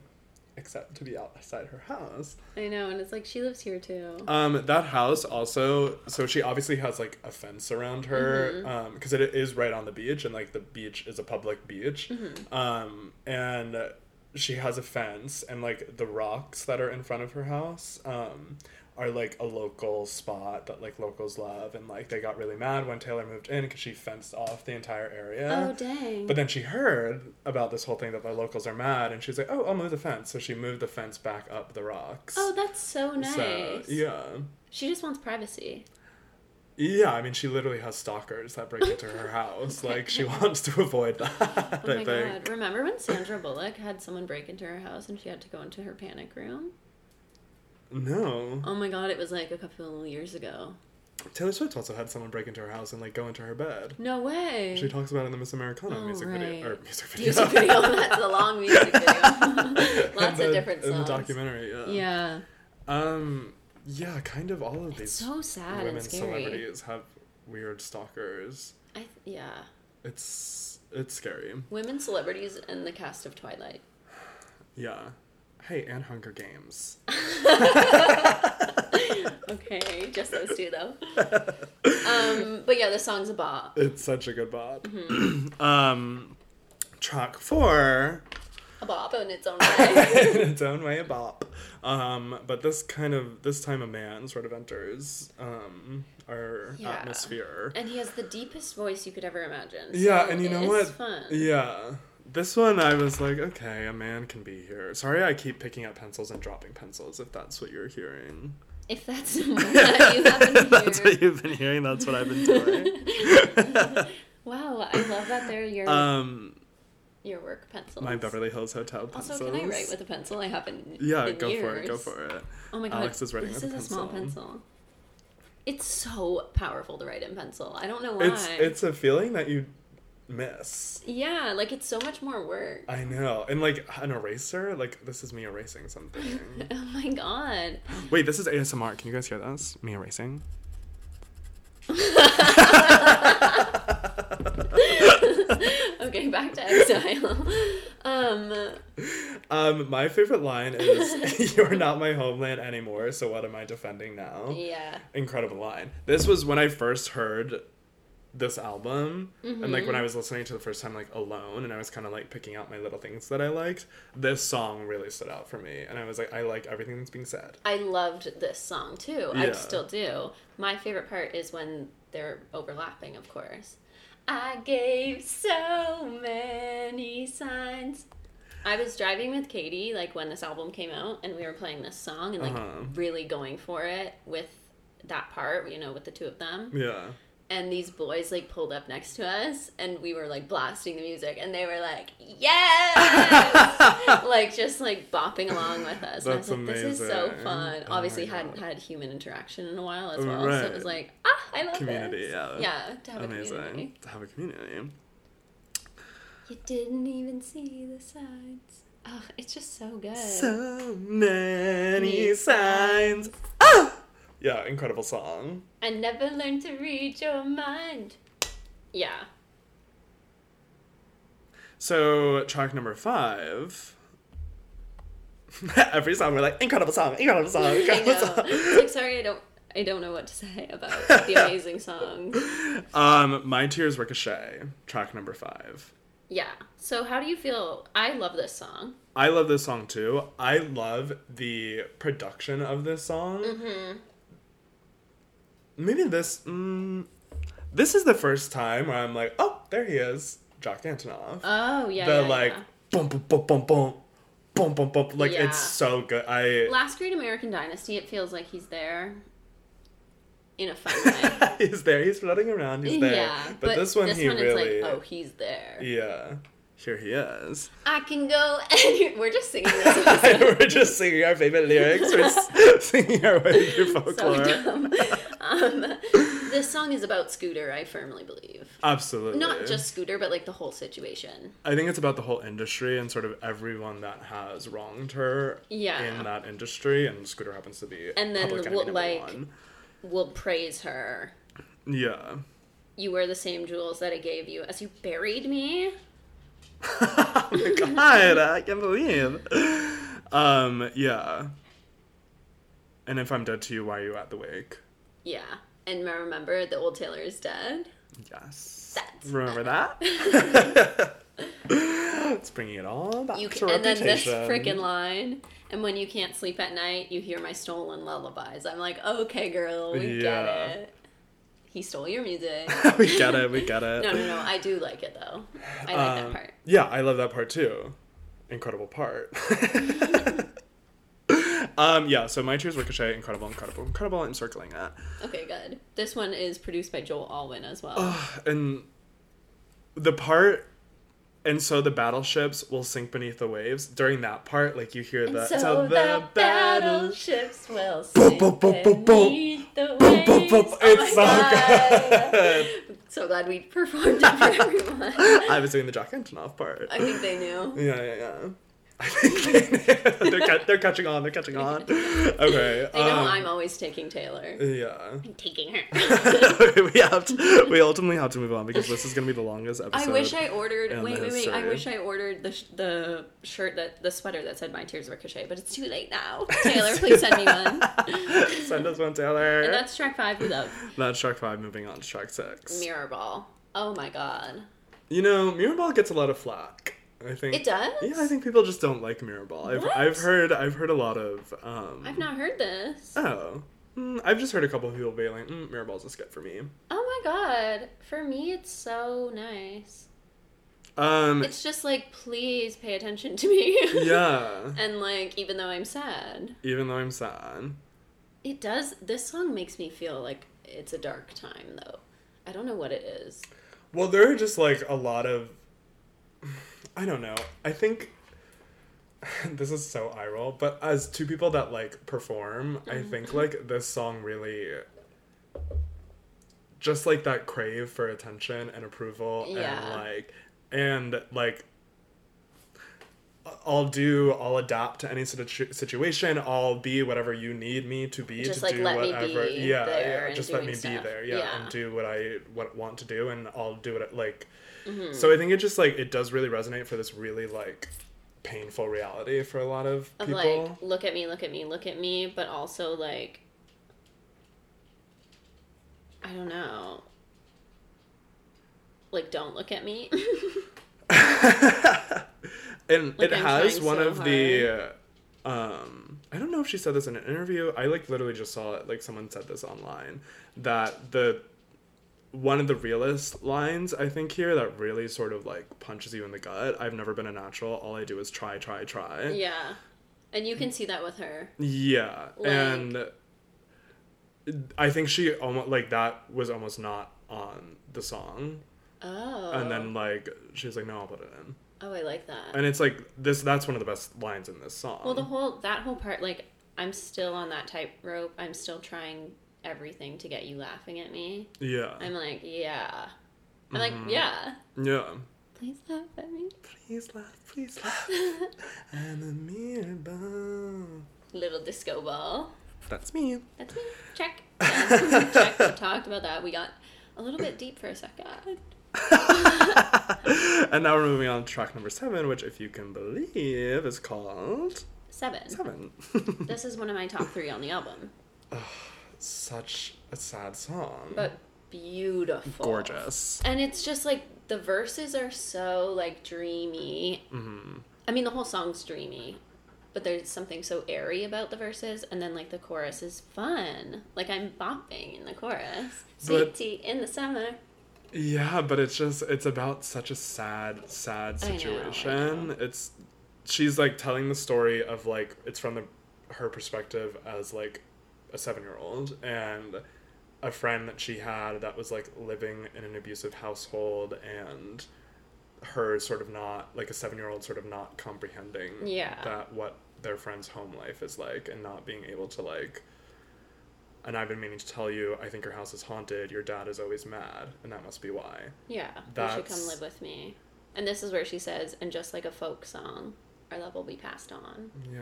[SPEAKER 2] except to be outside her house.
[SPEAKER 1] I know, and it's like she lives here too.
[SPEAKER 2] Um, that house also, so she obviously has like a fence around her, um, because it is right on the beach, and like the beach is a public beach, um, and she has a fence, and like the rocks that are in front of her house, um, are like a local spot that like locals love, and like they got really mad when Taylor moved in because she fenced off the entire area.
[SPEAKER 1] oh dang.
[SPEAKER 2] But then she heard about this whole thing that the locals are mad, and she's like, "Oh, I'll move the fence." So she moved the fence back up the rocks.
[SPEAKER 1] oh, that's so nice.
[SPEAKER 2] So, yeah.
[SPEAKER 1] She just wants privacy.
[SPEAKER 2] Yeah, I mean, she literally has stalkers that break into her house. Like, she wants to avoid that,
[SPEAKER 1] Oh
[SPEAKER 2] I
[SPEAKER 1] my
[SPEAKER 2] think.
[SPEAKER 1] god. Remember when Sandra Bullock had someone break into her house and she had to go into her panic room?
[SPEAKER 2] No.
[SPEAKER 1] Oh my god, it was like a couple of years ago.
[SPEAKER 2] Taylor Swift also had someone break into her house and, like, go into her bed.
[SPEAKER 1] No way.
[SPEAKER 2] She talks about it in the Miss Americana
[SPEAKER 1] Oh,
[SPEAKER 2] music video. Or
[SPEAKER 1] right.
[SPEAKER 2] music video.
[SPEAKER 1] music video. That's a long music video.
[SPEAKER 2] In
[SPEAKER 1] Lots
[SPEAKER 2] the-
[SPEAKER 1] of different songs.
[SPEAKER 2] In the uh, documentary, yeah.
[SPEAKER 1] Yeah.
[SPEAKER 2] Um, yeah, kind of all of these
[SPEAKER 1] It's so sad
[SPEAKER 2] women
[SPEAKER 1] and scary.
[SPEAKER 2] celebrities have weird stalkers.
[SPEAKER 1] I th- yeah.
[SPEAKER 2] It's, it's scary.
[SPEAKER 1] Women celebrities and the cast of Twilight.
[SPEAKER 2] Yeah. Hey, and Hunger Games.
[SPEAKER 1] Okay, just those two though. Um, but yeah, the song's a bop.
[SPEAKER 2] It's such a good bop.
[SPEAKER 1] Mm-hmm.
[SPEAKER 2] um, track four,
[SPEAKER 1] A bop in its own way.
[SPEAKER 2] in its own way, a bop. Um, but this kind of this time a man sort of enters um, our
[SPEAKER 1] Yeah.
[SPEAKER 2] atmosphere.
[SPEAKER 1] and he has the deepest voice you could ever imagine. so
[SPEAKER 2] yeah, and you know what?
[SPEAKER 1] it's Fun.
[SPEAKER 2] Yeah, this one I was like, okay, a man can be here. Sorry, I keep picking up pencils and dropping pencils. If that's what you're hearing,
[SPEAKER 1] If that's what you happen to hear.
[SPEAKER 2] If that's what you've been hearing. That's what I've been doing.
[SPEAKER 1] wow, I love that they're your
[SPEAKER 2] um,
[SPEAKER 1] your work pencils.
[SPEAKER 2] my Beverly Hills Hotel pencils.
[SPEAKER 1] Also, can I write with a pencil? I haven't.
[SPEAKER 2] Yeah,
[SPEAKER 1] in
[SPEAKER 2] go for it. Go
[SPEAKER 1] years.
[SPEAKER 2] for it.
[SPEAKER 1] Oh my god,
[SPEAKER 2] Alex is writing
[SPEAKER 1] this
[SPEAKER 2] with a
[SPEAKER 1] is a small
[SPEAKER 2] pencil.
[SPEAKER 1] pencil. It's so powerful to write in pencil. I don't know why.
[SPEAKER 2] It's it's a feeling that you miss.
[SPEAKER 1] yeah, like it's so much more work.
[SPEAKER 2] I know, and like an eraser. Like this is me erasing something.
[SPEAKER 1] oh my god.
[SPEAKER 2] Wait, this is ASMR. Can you guys hear this? Me erasing.
[SPEAKER 1] okay, back to exile. Um,
[SPEAKER 2] Um, my favorite line is "You're not my homeland anymore, so what am I defending now?"
[SPEAKER 1] yeah.
[SPEAKER 2] incredible line. This was when I first heard this album and like
[SPEAKER 1] Mm-hmm.
[SPEAKER 2] when I was listening to the first time like alone and I was kind of like picking out my little things that I liked. This song really stood out for me and I was like I like everything that's being said.
[SPEAKER 1] I loved this song too.
[SPEAKER 2] Yeah.
[SPEAKER 1] I still do. My favorite part is when they're overlapping, of course. I gave so many signs. I was driving with Katie like when this album came out and we were playing this song and like
[SPEAKER 2] Uh-huh.
[SPEAKER 1] really going for it with that part, you know, with the two of them
[SPEAKER 2] Yeah.
[SPEAKER 1] and these boys like pulled up next to us and we were like blasting the music and they were like yes like just like bopping along with us and i was
[SPEAKER 2] That's
[SPEAKER 1] like this is so
[SPEAKER 2] amazing.
[SPEAKER 1] fun
[SPEAKER 2] Oh
[SPEAKER 1] obviously
[SPEAKER 2] my
[SPEAKER 1] hadn't
[SPEAKER 2] God.
[SPEAKER 1] had human interaction in a while as well so it was
[SPEAKER 2] Right.
[SPEAKER 1] like ah i love
[SPEAKER 2] Community,
[SPEAKER 1] this.
[SPEAKER 2] yeah.
[SPEAKER 1] yeah to have a
[SPEAKER 2] Amazing.
[SPEAKER 1] community
[SPEAKER 2] To have a community.
[SPEAKER 1] you didn't even see the signs oh it's just so good
[SPEAKER 2] So many
[SPEAKER 1] Many
[SPEAKER 2] signs. Ah! Yeah, incredible song.
[SPEAKER 1] i never learned to read your mind yeah
[SPEAKER 2] So track number five. Every song we're like incredible song, incredible song,
[SPEAKER 1] i
[SPEAKER 2] incredible
[SPEAKER 1] know
[SPEAKER 2] song.
[SPEAKER 1] it's like sorry i don't i don't know what to say about the amazing song
[SPEAKER 2] Um, my tears ricochet. Track number five.
[SPEAKER 1] Yeah. So how do you feel? I love this song.
[SPEAKER 2] I love this song too. I love the production of this song.
[SPEAKER 1] Mm-hmm.
[SPEAKER 2] Maybe this. Mm, this is the first time where I'm like, oh, there he is, Jock Antonoff.
[SPEAKER 1] Oh yeah.
[SPEAKER 2] the
[SPEAKER 1] yeah,
[SPEAKER 2] like,
[SPEAKER 1] yeah.
[SPEAKER 2] boom, boom, boom, boom, boom, boom, boom, boom. Like
[SPEAKER 1] Yeah.
[SPEAKER 2] it's so good. I.
[SPEAKER 1] Last Great American Dynasty. It feels like he's there. In a fun way.
[SPEAKER 2] he's there. He's floating around. He's there.
[SPEAKER 1] yeah.
[SPEAKER 2] but, this one, he really. uh,
[SPEAKER 1] it's like, oh, he's there.
[SPEAKER 2] Yeah. Here he is.
[SPEAKER 1] I can go. And we're just singing this.
[SPEAKER 2] we're just singing our favorite lyrics. We're s- singing our way through
[SPEAKER 1] so
[SPEAKER 2] folklore.
[SPEAKER 1] dumb. Um, this song is about Scooter, I firmly believe.
[SPEAKER 2] Absolutely.
[SPEAKER 1] Not just Scooter, but like the whole situation.
[SPEAKER 2] I think it's about the whole industry and sort of everyone that has wronged her
[SPEAKER 1] Yeah.
[SPEAKER 2] in that industry, and Scooter happens to be
[SPEAKER 1] And then
[SPEAKER 2] public enemy
[SPEAKER 1] what,
[SPEAKER 2] number
[SPEAKER 1] like-
[SPEAKER 2] one.
[SPEAKER 1] Will praise her.
[SPEAKER 2] yeah.
[SPEAKER 1] You wear the same jewels that I gave you as you buried me.
[SPEAKER 2] oh my god, I can't believe. Um, yeah. And if I'm dead to you, why are you at the wake?
[SPEAKER 1] Yeah. And remember, the old Taylor is dead.
[SPEAKER 2] Yes.
[SPEAKER 1] That's-
[SPEAKER 2] Remember that? it's bringing it all back
[SPEAKER 1] You
[SPEAKER 2] to
[SPEAKER 1] can, and then this
[SPEAKER 2] reputation.
[SPEAKER 1] freaking line. And when you can't sleep at night, you hear my stolen lullabies. I'm like, okay, girl, we
[SPEAKER 2] Yeah.
[SPEAKER 1] get it. He stole your music.
[SPEAKER 2] we get it, we get it.
[SPEAKER 1] No, no, no. I do like it though. I like that
[SPEAKER 2] Um,
[SPEAKER 1] part.
[SPEAKER 2] Yeah, I love that part too. Incredible part. um, yeah, so my cheers ricochet, incredible, incredible, incredible, and circling that.
[SPEAKER 1] Okay, good. This one is produced by Joel Alwyn as well.
[SPEAKER 2] Oh, And the part and so the battleships will sink beneath the waves. During that part, like you hear
[SPEAKER 1] And
[SPEAKER 2] the
[SPEAKER 1] so, the
[SPEAKER 2] battleships.
[SPEAKER 1] battleships will
[SPEAKER 2] Boom,
[SPEAKER 1] sink
[SPEAKER 2] boom, boom, boom, boom.
[SPEAKER 1] beneath the
[SPEAKER 2] Boom, boom, boom.
[SPEAKER 1] waves. Oh
[SPEAKER 2] It's so
[SPEAKER 1] my God.
[SPEAKER 2] good.
[SPEAKER 1] So glad we performed it for everyone. I
[SPEAKER 2] I was doing the Jack Antonoff part.
[SPEAKER 1] think they knew.
[SPEAKER 2] Yeah, yeah, yeah. I think they, they're, ca- they're catching on. They're catching on. Okay.
[SPEAKER 1] They know
[SPEAKER 2] um,
[SPEAKER 1] I'm always taking Taylor.
[SPEAKER 2] Yeah.
[SPEAKER 1] I'm taking her.
[SPEAKER 2] we have to, we ultimately have to move on because this is gonna be the longest
[SPEAKER 1] I
[SPEAKER 2] episode.
[SPEAKER 1] wish I ordered.
[SPEAKER 2] and
[SPEAKER 1] Wait,
[SPEAKER 2] the
[SPEAKER 1] wait, wait! I
[SPEAKER 2] history.
[SPEAKER 1] wish I ordered the sh- the shirt that the sweater that said "My Tears Ricochet," but it's too late now. Taylor, please send me one.
[SPEAKER 2] Send us one, Taylor.
[SPEAKER 1] And that's track five we love.
[SPEAKER 2] That's track five. Moving on to track six.
[SPEAKER 1] Mirror Ball. Oh my god.
[SPEAKER 2] You know, Mirrorball gets a lot of flack. I think
[SPEAKER 1] It does?
[SPEAKER 2] Yeah, I think people just don't like Mirrorball. I've
[SPEAKER 1] What?
[SPEAKER 2] I've heard I've heard a lot of. Um,
[SPEAKER 1] I've not heard this.
[SPEAKER 2] Oh. Mm, I've just heard a couple of people being like, mm, Mirrorball's a skit for me.
[SPEAKER 1] Oh my god. For me, it's so nice.
[SPEAKER 2] Um,
[SPEAKER 1] It's just like, please pay attention to me.
[SPEAKER 2] yeah.
[SPEAKER 1] and like, even though I'm sad,
[SPEAKER 2] Even though I'm sad.
[SPEAKER 1] it does. This song makes me feel like it's a dark time, though. I don't know what it is.
[SPEAKER 2] Well, there are just like a lot of. I don't know. I think this is so eye roll, but as two people that like perform, I think like this song really. Just like that crave for attention and approval, and
[SPEAKER 1] Yeah.
[SPEAKER 2] like, and like. I'll do. I'll adapt to any sort of situ- situation. I'll be whatever you need me to be
[SPEAKER 1] Just,
[SPEAKER 2] to
[SPEAKER 1] like,
[SPEAKER 2] do
[SPEAKER 1] let me
[SPEAKER 2] whatever.
[SPEAKER 1] be
[SPEAKER 2] yeah,
[SPEAKER 1] there
[SPEAKER 2] yeah.
[SPEAKER 1] and
[SPEAKER 2] Just let
[SPEAKER 1] doing
[SPEAKER 2] me be
[SPEAKER 1] stuff.
[SPEAKER 2] there. Yeah,
[SPEAKER 1] Yeah.
[SPEAKER 2] and do what I what want to do, and I'll do it. Like,
[SPEAKER 1] Mm-hmm.
[SPEAKER 2] so I think it just like it does really resonate for this really like painful reality for a lot of
[SPEAKER 1] Of
[SPEAKER 2] people.
[SPEAKER 1] like, look at me, look at me, look at me, but also like, I don't know. Like, don't look at me.
[SPEAKER 2] and
[SPEAKER 1] Like,
[SPEAKER 2] it
[SPEAKER 1] I'm
[SPEAKER 2] has
[SPEAKER 1] trying
[SPEAKER 2] one
[SPEAKER 1] so
[SPEAKER 2] of the um i don't know if she said this in an interview i like literally just saw it like someone said this online that the one of the realest lines i think here that really sort of like punches you in the gut i've never been a natural all i do is try try try
[SPEAKER 1] yeah. And you can see that with her.
[SPEAKER 2] yeah,
[SPEAKER 1] Like-
[SPEAKER 2] and I think she almost like that was almost not on the song,
[SPEAKER 1] Oh.
[SPEAKER 2] and then like she was like, "No, I'll put it in,"
[SPEAKER 1] Oh, I like that.
[SPEAKER 2] and it's like this. That's one of the best lines in this song.
[SPEAKER 1] Well, the whole that whole part, like I'm still on that tightrope. I'm still trying everything to get you laughing at me.
[SPEAKER 2] yeah,
[SPEAKER 1] I'm like, yeah. I'm
[SPEAKER 2] Mm-hmm.
[SPEAKER 1] like, yeah.
[SPEAKER 2] yeah.
[SPEAKER 1] Please laugh at me.
[SPEAKER 2] Please laugh, please laugh. I'm a mirror ball.
[SPEAKER 1] Little disco ball.
[SPEAKER 2] That's me.
[SPEAKER 1] That's me. Check. Yeah. Check. We talked about that. We got a little bit deep for a second.
[SPEAKER 2] and now we're moving on to track number seven, which, if you can believe, is called
[SPEAKER 1] Seven.
[SPEAKER 2] Seven.
[SPEAKER 1] This is one of my top three on the album,
[SPEAKER 2] Such a sad song.
[SPEAKER 1] but beautiful.
[SPEAKER 2] Gorgeous.
[SPEAKER 1] And it's just like the verses are so like dreamy. Mm-hmm. I mean, the whole song's dreamy, but there's something so airy about the verses, and then like the chorus is fun. Like I'm bopping in the chorus, sweet
[SPEAKER 2] But-
[SPEAKER 1] tea in the summer.
[SPEAKER 2] Yeah, but it's just it's about such a sad, sad
[SPEAKER 1] I know, I
[SPEAKER 2] situation.
[SPEAKER 1] know.
[SPEAKER 2] It's she's like telling the story of like it's from the her perspective as like a seven year old and a friend that she had that was like living in an abusive household and her sort of not like a seven year old sort of not comprehending
[SPEAKER 1] Yeah.
[SPEAKER 2] that what their friend's home life is like and not being able to like and I've been meaning to tell you, I think your house is haunted. Your dad is always mad, and that must be why.
[SPEAKER 1] Yeah, you should
[SPEAKER 2] That's-
[SPEAKER 1] come live with me. And this is where she says, and just like a folk song, our love will be passed on.
[SPEAKER 2] Yeah.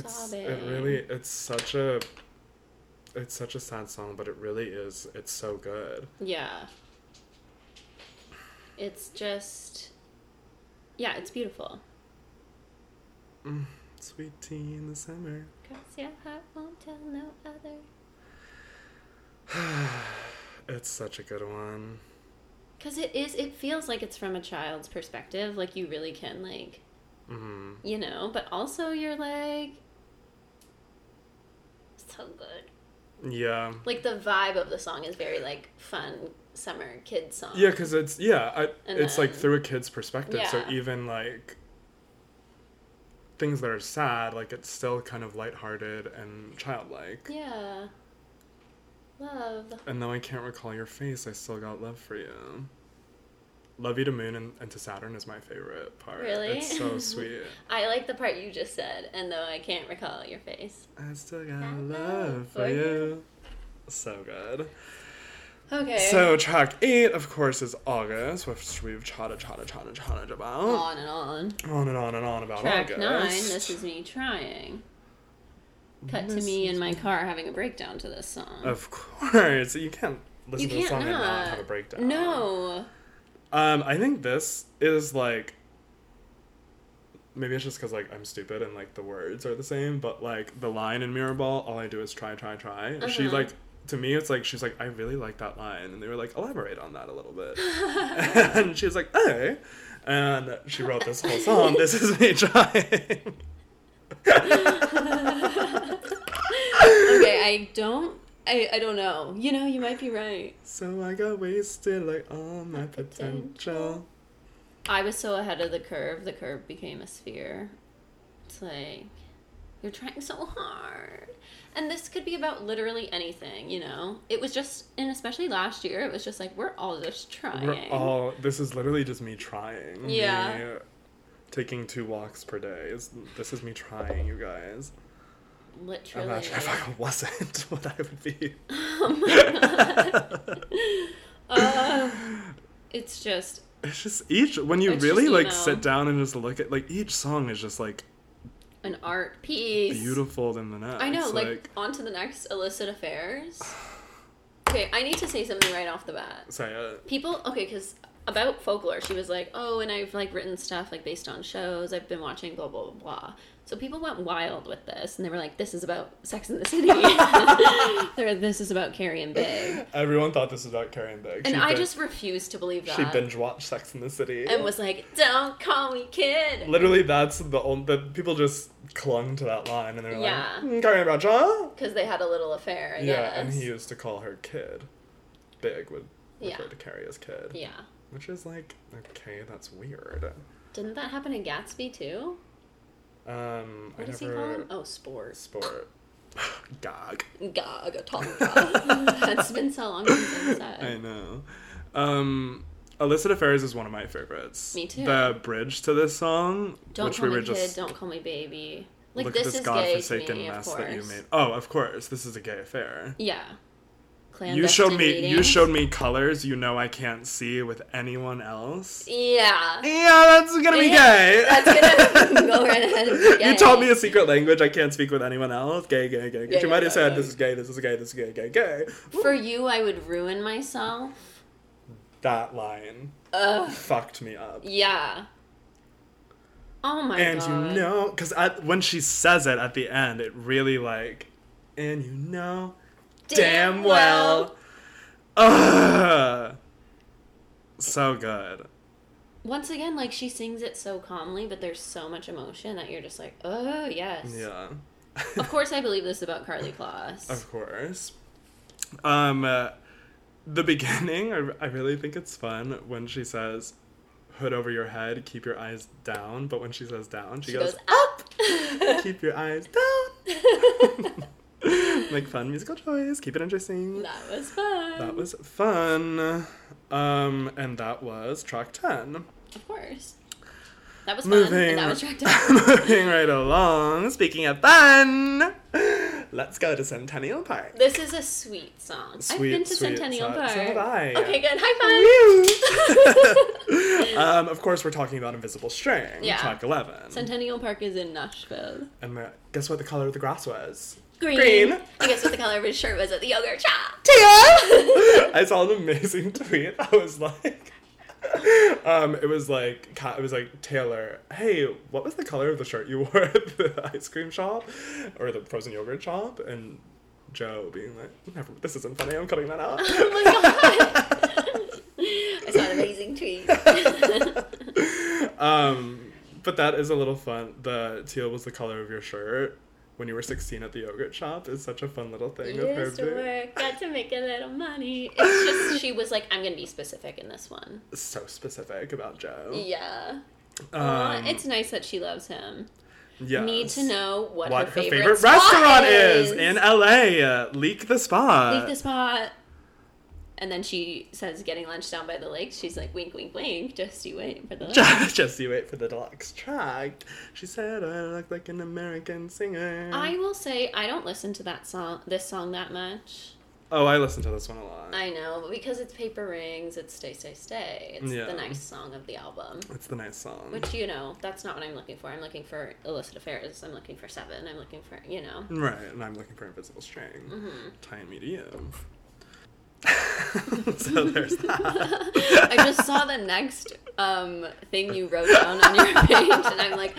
[SPEAKER 2] It's it
[SPEAKER 1] Sobbing.
[SPEAKER 2] really it's such a it's such a sad song, but it really is it's so good.
[SPEAKER 1] Yeah. It's just, yeah, it's beautiful.
[SPEAKER 2] Mm, Sweet tea in the summer.
[SPEAKER 1] Cause your heart won't tell no other.
[SPEAKER 2] It's such a good one.
[SPEAKER 1] Cause it is, it feels like it's from a child's perspective. Like you really can, like,
[SPEAKER 2] Mm-hmm.
[SPEAKER 1] you know. But also, you're like, so good.
[SPEAKER 2] Yeah.
[SPEAKER 1] Like the vibe of the song is very like fun summer kid song.
[SPEAKER 2] Yeah, because it's yeah, I,
[SPEAKER 1] And
[SPEAKER 2] it's like
[SPEAKER 1] then-
[SPEAKER 2] through a kid's perspective. So
[SPEAKER 1] Yeah.
[SPEAKER 2] even like things that are sad, like it's still kind of lighthearted and childlike.
[SPEAKER 1] Yeah. Love.
[SPEAKER 2] And though I can't recall your face, I still got love for you. Love you to Moon and, and to Saturn is my favorite part.
[SPEAKER 1] Really?
[SPEAKER 2] It's so sweet.
[SPEAKER 1] I like the part you just said, and though I can't recall your face.
[SPEAKER 2] I still got
[SPEAKER 1] Got
[SPEAKER 2] love for you. So good.
[SPEAKER 1] Okay.
[SPEAKER 2] So track eight, of course, is August, which we've chatted, chatted, chatted, chatted about.
[SPEAKER 1] on and on.
[SPEAKER 2] On and on and on about
[SPEAKER 1] Track
[SPEAKER 2] August.
[SPEAKER 1] nine. This is me trying. Cut to
[SPEAKER 2] This
[SPEAKER 1] me
[SPEAKER 2] is- Oh,
[SPEAKER 1] in my car having a breakdown to this song.
[SPEAKER 2] Of course, you can't
[SPEAKER 1] you
[SPEAKER 2] listen to the
[SPEAKER 1] can't
[SPEAKER 2] song and
[SPEAKER 1] not
[SPEAKER 2] not have a breakdown.
[SPEAKER 1] No.
[SPEAKER 2] Um, I think this is like maybe it's just because like I'm stupid and like the words are the same, but like the line in Mirrorball, all I do is try, try, try. And She
[SPEAKER 1] Uh-huh.
[SPEAKER 2] like to me, it's like she's like, I really like that line, and they were like, elaborate on that a little bit, and she was like, okay, and she wrote this whole song. this is me trying. oh.
[SPEAKER 1] Okay, I don't. I, I don't know. You know, you might be right.
[SPEAKER 2] so I got wasted like all my potential.
[SPEAKER 1] potential. I was so ahead of the curve. The curve became a sphere. It's like you're trying so hard. And this could be about literally anything, you know? It was just, and especially last year, it was just like, we're all just trying.
[SPEAKER 2] We're all. This is literally just me trying.
[SPEAKER 1] Yeah.
[SPEAKER 2] Me taking two walks per day. Is this is me trying, you guys?
[SPEAKER 1] literally. Oh
[SPEAKER 2] Imagine if I wasn't, what I would be.
[SPEAKER 1] Uh, it's just,
[SPEAKER 2] It's just each when you
[SPEAKER 1] It's just
[SPEAKER 2] really like
[SPEAKER 1] emo.
[SPEAKER 2] sit down and just look at like each song is just like
[SPEAKER 1] an art piece.
[SPEAKER 2] beautiful than the next.
[SPEAKER 1] I know, like, on to the next illicit affairs. Okay, I need to say something right off the bat.
[SPEAKER 2] say it.
[SPEAKER 1] people okay because about folklore she was like oh and i've like written stuff like based on shows i've been watching blah blah blah, blah. so people went wild with this and they were like this is about sex in the city they were, this is about carrie and big
[SPEAKER 2] Everyone thought this was about Carrie and Big.
[SPEAKER 1] and
[SPEAKER 2] She
[SPEAKER 1] i
[SPEAKER 2] bin-
[SPEAKER 1] just refused to believe that
[SPEAKER 2] she binge watched Sex in the City
[SPEAKER 1] and was like don't call me kid
[SPEAKER 2] literally that's the only the people just clung to that line and they were
[SPEAKER 1] Yeah.
[SPEAKER 2] like mm, Carrie Bradshaw.
[SPEAKER 1] because they had a little affair I
[SPEAKER 2] Yeah, and
[SPEAKER 1] guess.
[SPEAKER 2] he used to call her kid. Big would
[SPEAKER 1] Yeah.
[SPEAKER 2] refer to Carrie as kid,
[SPEAKER 1] yeah
[SPEAKER 2] which is like okay, that's weird.
[SPEAKER 1] didn't that happen in gatsby too
[SPEAKER 2] Um,
[SPEAKER 1] what
[SPEAKER 2] I
[SPEAKER 1] does he
[SPEAKER 2] never
[SPEAKER 1] call him oh sports
[SPEAKER 2] sport. Gog.
[SPEAKER 1] gaga tonga that's been so long since i've said
[SPEAKER 2] I know. Um, illicit affairs is one of my favorites.
[SPEAKER 1] Me too.
[SPEAKER 2] The bridge to this song,
[SPEAKER 1] Don't
[SPEAKER 2] which
[SPEAKER 1] call
[SPEAKER 2] we were
[SPEAKER 1] me
[SPEAKER 2] just
[SPEAKER 1] kid. Don't call me baby. Like
[SPEAKER 2] look
[SPEAKER 1] this,
[SPEAKER 2] at this
[SPEAKER 1] is gay to
[SPEAKER 2] godforsaken
[SPEAKER 1] me, of
[SPEAKER 2] mess
[SPEAKER 1] course.
[SPEAKER 2] that you made. Oh, of course, this is a gay affair.
[SPEAKER 1] Yeah.
[SPEAKER 2] You showed me.
[SPEAKER 1] Clandestine
[SPEAKER 2] You
[SPEAKER 1] meetings.
[SPEAKER 2] showed me colors. You know I can't see with anyone else.
[SPEAKER 1] Yeah.
[SPEAKER 2] Yeah, that's gonna be
[SPEAKER 1] Yeah,
[SPEAKER 2] gay.
[SPEAKER 1] That's gonna go right ahead. And be gay.
[SPEAKER 2] You taught me a secret language I can't speak with anyone else. Gay, gay, gay. gay.
[SPEAKER 1] Yeah,
[SPEAKER 2] she
[SPEAKER 1] yeah,
[SPEAKER 2] might
[SPEAKER 1] yeah,
[SPEAKER 2] have said,
[SPEAKER 1] yeah.
[SPEAKER 2] "This is gay. This is gay. This is gay, gay, gay."
[SPEAKER 1] For you, I would ruin myself.
[SPEAKER 2] That line
[SPEAKER 1] Ugh.
[SPEAKER 2] fucked me up.
[SPEAKER 1] Yeah. Oh my
[SPEAKER 2] and
[SPEAKER 1] god.
[SPEAKER 2] you know, because when she says it at the end, it really like, and you know, damn, well. Ugh. So good.
[SPEAKER 1] Once again, like she sings it so calmly, but there's so much emotion that you're just like, oh yes.
[SPEAKER 2] Yeah.
[SPEAKER 1] Of course, I believe this is about Carly Kloss.
[SPEAKER 2] Of course. Um, uh, the beginning, I, I really think it's fun when she says, hood over your head, keep your eyes down. But when she says down, she,
[SPEAKER 1] she
[SPEAKER 2] goes,
[SPEAKER 1] goes up.
[SPEAKER 2] keep your eyes down. Make fun musical choice, keep it interesting.
[SPEAKER 1] That was fun.
[SPEAKER 2] That was fun. Um, and that was track 10.
[SPEAKER 1] Of course. That was fun, and
[SPEAKER 2] Moving,
[SPEAKER 1] that was tracked out.
[SPEAKER 2] moving right along. Speaking of fun, Let's go to Centennial Park.
[SPEAKER 1] This is a sweet song.
[SPEAKER 2] Sweet,
[SPEAKER 1] I've been to
[SPEAKER 2] sweet
[SPEAKER 1] Centennial
[SPEAKER 2] song.
[SPEAKER 1] Park.
[SPEAKER 2] So have I.
[SPEAKER 1] Okay, good. High five.
[SPEAKER 2] um, of course, we're talking about Invisible String,
[SPEAKER 1] Yeah.
[SPEAKER 2] track 11.
[SPEAKER 1] Centennial Park is in Nashville.
[SPEAKER 2] and the, guess what the color of the grass was?
[SPEAKER 1] Green.
[SPEAKER 2] Green.
[SPEAKER 1] I guess what the color of his shirt was at the yogurt shop.
[SPEAKER 2] I saw an amazing tweet. I was like, um, it was like, Ka- it was like Taylor. Hey, what was the color of the shirt you wore at the ice cream shop, or the frozen yogurt shop? And Joe being like, Never, this isn't funny. I'm cutting that out.
[SPEAKER 1] Oh my god. I saw an amazing tweet.
[SPEAKER 2] um, but that is a little fun. The teal was the color of your shirt when you were 16 at the yogurt shop is such a fun little thing. with her
[SPEAKER 1] Used to
[SPEAKER 2] being-
[SPEAKER 1] work, got to make a little money. It's just she was like, I'm gonna be specific in this one.
[SPEAKER 2] So specific about Joe.
[SPEAKER 1] Yeah. Aw,
[SPEAKER 2] Oh. Um,
[SPEAKER 1] it's nice that she loves him.
[SPEAKER 2] yes.
[SPEAKER 1] Need to know what, her
[SPEAKER 2] what her
[SPEAKER 1] favorite,
[SPEAKER 2] favorite,
[SPEAKER 1] spot
[SPEAKER 2] restaurant
[SPEAKER 1] is
[SPEAKER 2] is. in LA. Leak the spot.
[SPEAKER 1] Leave the spot. And then she says, "Getting lunch down by the lake." She's like, "Wink, wink, wink." Just you wait for the.
[SPEAKER 2] Just, just you wait for the deluxe track. She said, "I look like an American singer."
[SPEAKER 1] I will say I don't listen to that song, this song that much.
[SPEAKER 2] oh, I listen to this one a lot.
[SPEAKER 1] I know, but because it's Paper Rings, it's Stay, Stay, Stay. It's
[SPEAKER 2] Yeah.
[SPEAKER 1] the nice song of the album.
[SPEAKER 2] it's the nice song.
[SPEAKER 1] Which you know, that's not what I'm looking for. I'm looking for illicit affairs. I'm looking for seven. I'm looking for you know.
[SPEAKER 2] right, and I'm looking for Invisible String,
[SPEAKER 1] Mm-hmm.
[SPEAKER 2] tying me to you. so there's that.
[SPEAKER 1] I just saw the next um, thing you wrote down on your page, and I'm like,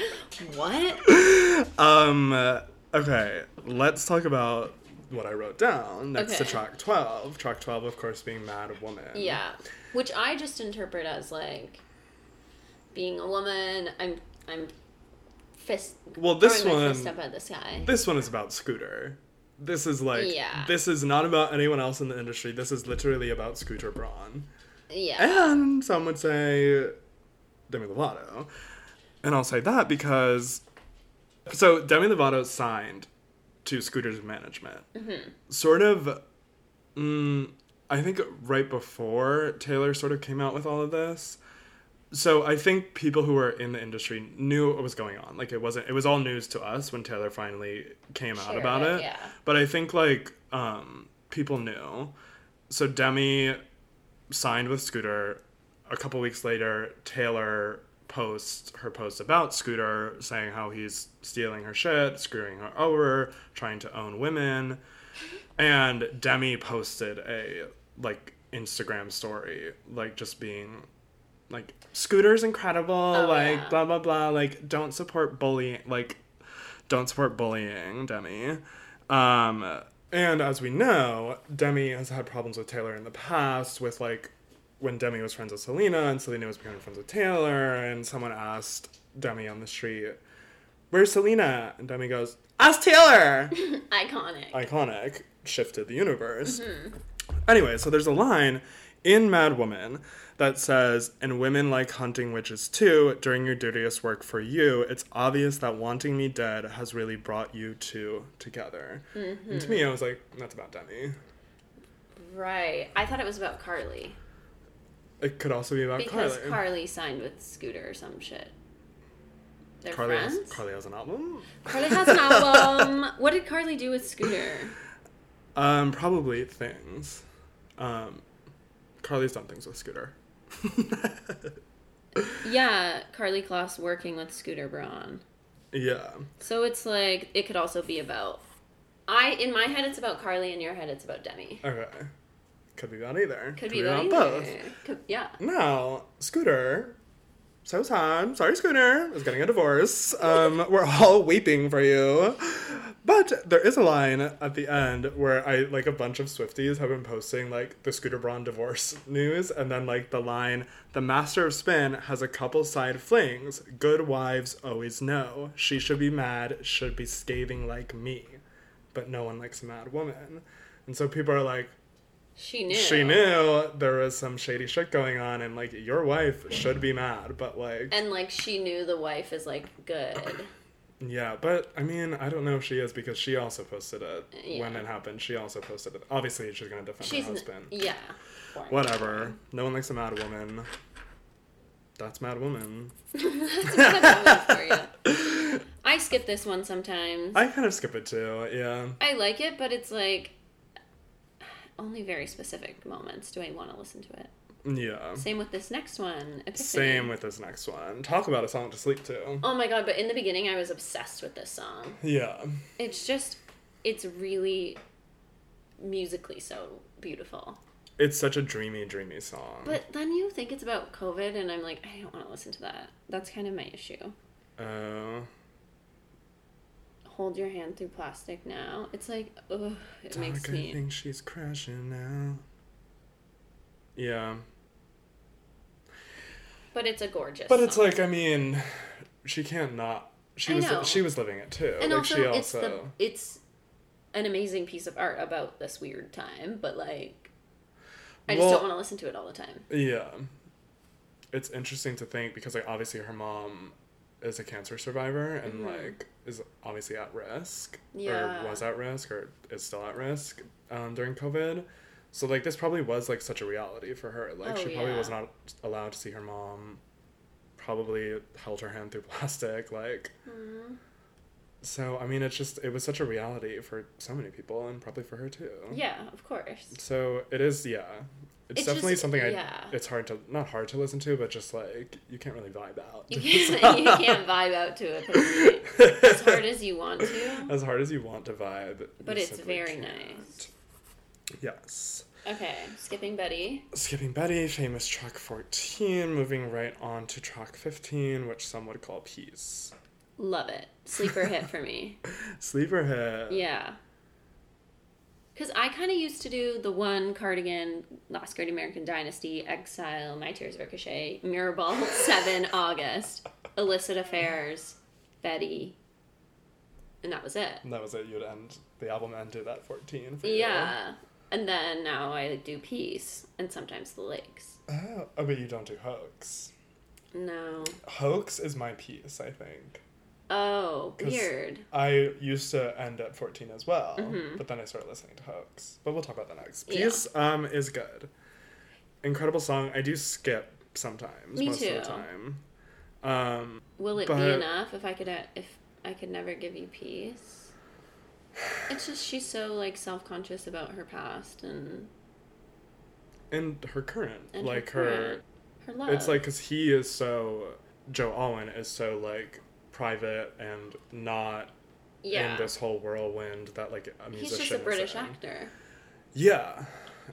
[SPEAKER 1] what?
[SPEAKER 2] Um. Okay, let's talk about what I wrote down next to
[SPEAKER 1] Okay.
[SPEAKER 2] track twelve. Track twelve, of course, being "Mad Woman."
[SPEAKER 1] Yeah, which I just interpret as like being a woman. I'm I'm fist.
[SPEAKER 2] Well, this
[SPEAKER 1] throwing my
[SPEAKER 2] one.
[SPEAKER 1] fist up at the sky.
[SPEAKER 2] This one is about Scooter. This is like
[SPEAKER 1] Yeah.
[SPEAKER 2] this is not about anyone else in the industry. This is literally about Scooter Braun.
[SPEAKER 1] yeah,
[SPEAKER 2] And some would say Demi Lovato. And I'll say that because so Demi Lovato signed to Scooter's management. Sort of mm, I think right before Taylor sort of came out with all of this. So I think people who were in the industry knew what was going on. Like it wasn't it was all news to us when Taylor finally came out
[SPEAKER 1] Sure,
[SPEAKER 2] about it.
[SPEAKER 1] yeah.
[SPEAKER 2] But I think like um people knew. So Demi signed with Scooter. A couple weeks later, Taylor posts her post about Scooter saying how he's stealing her shit, screwing her over, trying to own women. And Demi posted a like Instagram story, like just being like Scooter's incredible, like
[SPEAKER 1] yeah.
[SPEAKER 2] blah blah blah, like don't support bullying, like don't support bullying, Demi. Um, and as we know, Demi has had problems with Taylor in the past, with like when Demi was friends with Selena and Selena was becoming friends with Taylor, and someone asked Demi on the street, Where's Selena? And Demi goes, Ask Taylor!
[SPEAKER 1] iconic.
[SPEAKER 2] Iconic, shifted the universe. Anyway, so there's a line in Mad Woman that says, and women like hunting witches too, during your dirtiest work for you, it's obvious that wanting me dead has really brought you two together. And to me, I was like, that's about Demi.
[SPEAKER 1] right. I thought it was about Carly
[SPEAKER 2] It could also be about
[SPEAKER 1] because
[SPEAKER 2] Carly.
[SPEAKER 1] Carly. signed with Scooter or some shit. They're
[SPEAKER 2] Carly, has,
[SPEAKER 1] friends.
[SPEAKER 2] Carly has an album?
[SPEAKER 1] Carly has an album. what did Carly do with Scooter?
[SPEAKER 2] Um, probably things. Um, Carly's done things with Scooter.
[SPEAKER 1] Yeah, Carly Kloss working with Scooter Braun.
[SPEAKER 2] Yeah.
[SPEAKER 1] So it's like it could also be about. I in my head it's about Carly, in your head it's about Demi.
[SPEAKER 2] Okay. Could be about either.
[SPEAKER 1] Could be about either. Could, yeah.
[SPEAKER 2] Now, Scooter, so sad. Sorry, Scooter is getting a divorce. Um, we're all weeping for you. But there is a line at the end where I like a bunch of Swifties have been posting like the Scooter Braun divorce news, and then like the line, "The master of spin has a couple side flings. Good wives always know. She should be mad. Should be scathing like me, but no one likes a mad woman." And so people are like,
[SPEAKER 1] She knew.
[SPEAKER 2] she knew there was some shady shit going on and like your wife should be mad but like
[SPEAKER 1] And like she knew the wife is like good.
[SPEAKER 2] yeah but i mean i don't know if she is because she also posted it
[SPEAKER 1] Yeah.
[SPEAKER 2] when it happened she also posted it obviously she's gonna defend
[SPEAKER 1] She's
[SPEAKER 2] her
[SPEAKER 1] n-
[SPEAKER 2] husband
[SPEAKER 1] yeah.
[SPEAKER 2] whatever no one likes a mad woman that's mad woman
[SPEAKER 1] That's a good moment for you. I I skip this one sometimes. I,
[SPEAKER 2] I kind of skip it too. Yeah.
[SPEAKER 1] like it, but it's like only very specific moments do I want to listen to it.
[SPEAKER 2] Yeah.
[SPEAKER 1] Same with this next one. Epiphany.
[SPEAKER 2] Same with this next one. Talk about a song to sleep to.
[SPEAKER 1] Oh my god, but in the beginning I was obsessed with this song.
[SPEAKER 2] Yeah.
[SPEAKER 1] It's just it's really musically so beautiful.
[SPEAKER 2] It's such a dreamy, dreamy song.
[SPEAKER 1] But then you think it's about COVID and I'm like, I don't want to listen to that. That's kind of my issue.
[SPEAKER 2] Oh.
[SPEAKER 1] Hold your hand through plastic now. It's like, ugh, it makes
[SPEAKER 2] Doc, I
[SPEAKER 1] me
[SPEAKER 2] think she's crashing now. Yeah.
[SPEAKER 1] But it's a gorgeous
[SPEAKER 2] But it's
[SPEAKER 1] song.
[SPEAKER 2] like, I mean, she can't not. She
[SPEAKER 1] I
[SPEAKER 2] was
[SPEAKER 1] know.
[SPEAKER 2] she was living it too.
[SPEAKER 1] and
[SPEAKER 2] like
[SPEAKER 1] also,
[SPEAKER 2] she also
[SPEAKER 1] it's the it's an amazing piece of art about this weird time, but like I just
[SPEAKER 2] Well-
[SPEAKER 1] don't want to listen to it all the time.
[SPEAKER 2] Yeah. It's interesting to think because like obviously her mom is a cancer survivor and like is obviously at risk
[SPEAKER 1] Mm-hmm. Yeah.
[SPEAKER 2] or was at risk or is still at risk um, during COVID. So like this probably was like such a reality for her.
[SPEAKER 1] Oh,
[SPEAKER 2] Like she probably
[SPEAKER 1] yeah.
[SPEAKER 2] was not allowed to see her mom. Probably held her hand through plastic. Like so, I mean, it's just it was such a reality for so many people and probably for her too.
[SPEAKER 1] Yeah, of course.
[SPEAKER 2] So it is, yeah. It's,
[SPEAKER 1] It's
[SPEAKER 2] definitely
[SPEAKER 1] just-
[SPEAKER 2] something I.
[SPEAKER 1] yeah.
[SPEAKER 2] It's hard to not hard to listen to, but just like you can't really vibe out.
[SPEAKER 1] You can't, you can't vibe out to it but as hard as you want to.
[SPEAKER 2] As hard as you want to vibe.
[SPEAKER 1] But
[SPEAKER 2] you
[SPEAKER 1] it's
[SPEAKER 2] simply
[SPEAKER 1] very
[SPEAKER 2] can't.
[SPEAKER 1] nice.
[SPEAKER 2] Yes.
[SPEAKER 1] Okay, skipping Betty.
[SPEAKER 2] Skipping Betty, famous track fourteen. Moving right on to track fifteen, which some would call peace.
[SPEAKER 1] Love it. Sleeper hit for me.
[SPEAKER 2] Sleeper hit.
[SPEAKER 1] Yeah. Because I kind of used to do the one cardigan, Last Great American Dynasty, Exile, My Tears Ricochet, Mirrorball, 7 August, Illicit Affairs, Betty. And that was it.
[SPEAKER 2] And that was it. You'd end the album ended at fourteen. For you.
[SPEAKER 1] Yeah. And then now I do Peace and sometimes The Lakes.
[SPEAKER 2] Oh, oh, but you don't do hoax.
[SPEAKER 1] No.
[SPEAKER 2] Hoax is my piece, I think.
[SPEAKER 1] Oh,
[SPEAKER 2] 'Cause-
[SPEAKER 1] weird.
[SPEAKER 2] I used to end at 14 as well,
[SPEAKER 1] Mm-hmm.
[SPEAKER 2] but then I started listening to Hoax. But we'll talk about that next. Peace um, is good. Incredible song. I do skip sometimes,
[SPEAKER 1] Me
[SPEAKER 2] most of
[SPEAKER 1] too.
[SPEAKER 2] the time. Um,
[SPEAKER 1] Will it be
[SPEAKER 2] But-
[SPEAKER 1] enough if I could uh, if I could never give you peace? It's just she's so like self conscious about her past and,
[SPEAKER 2] and her current,
[SPEAKER 1] and
[SPEAKER 2] like
[SPEAKER 1] her,
[SPEAKER 2] her,
[SPEAKER 1] current- her love.
[SPEAKER 2] it's like because he is so Joe Alwyn is so like private and not
[SPEAKER 1] yeah,
[SPEAKER 2] in this whole whirlwind that like a
[SPEAKER 1] he's
[SPEAKER 2] musician.
[SPEAKER 1] just a
[SPEAKER 2] is
[SPEAKER 1] British
[SPEAKER 2] in.
[SPEAKER 1] actor.
[SPEAKER 2] Yeah.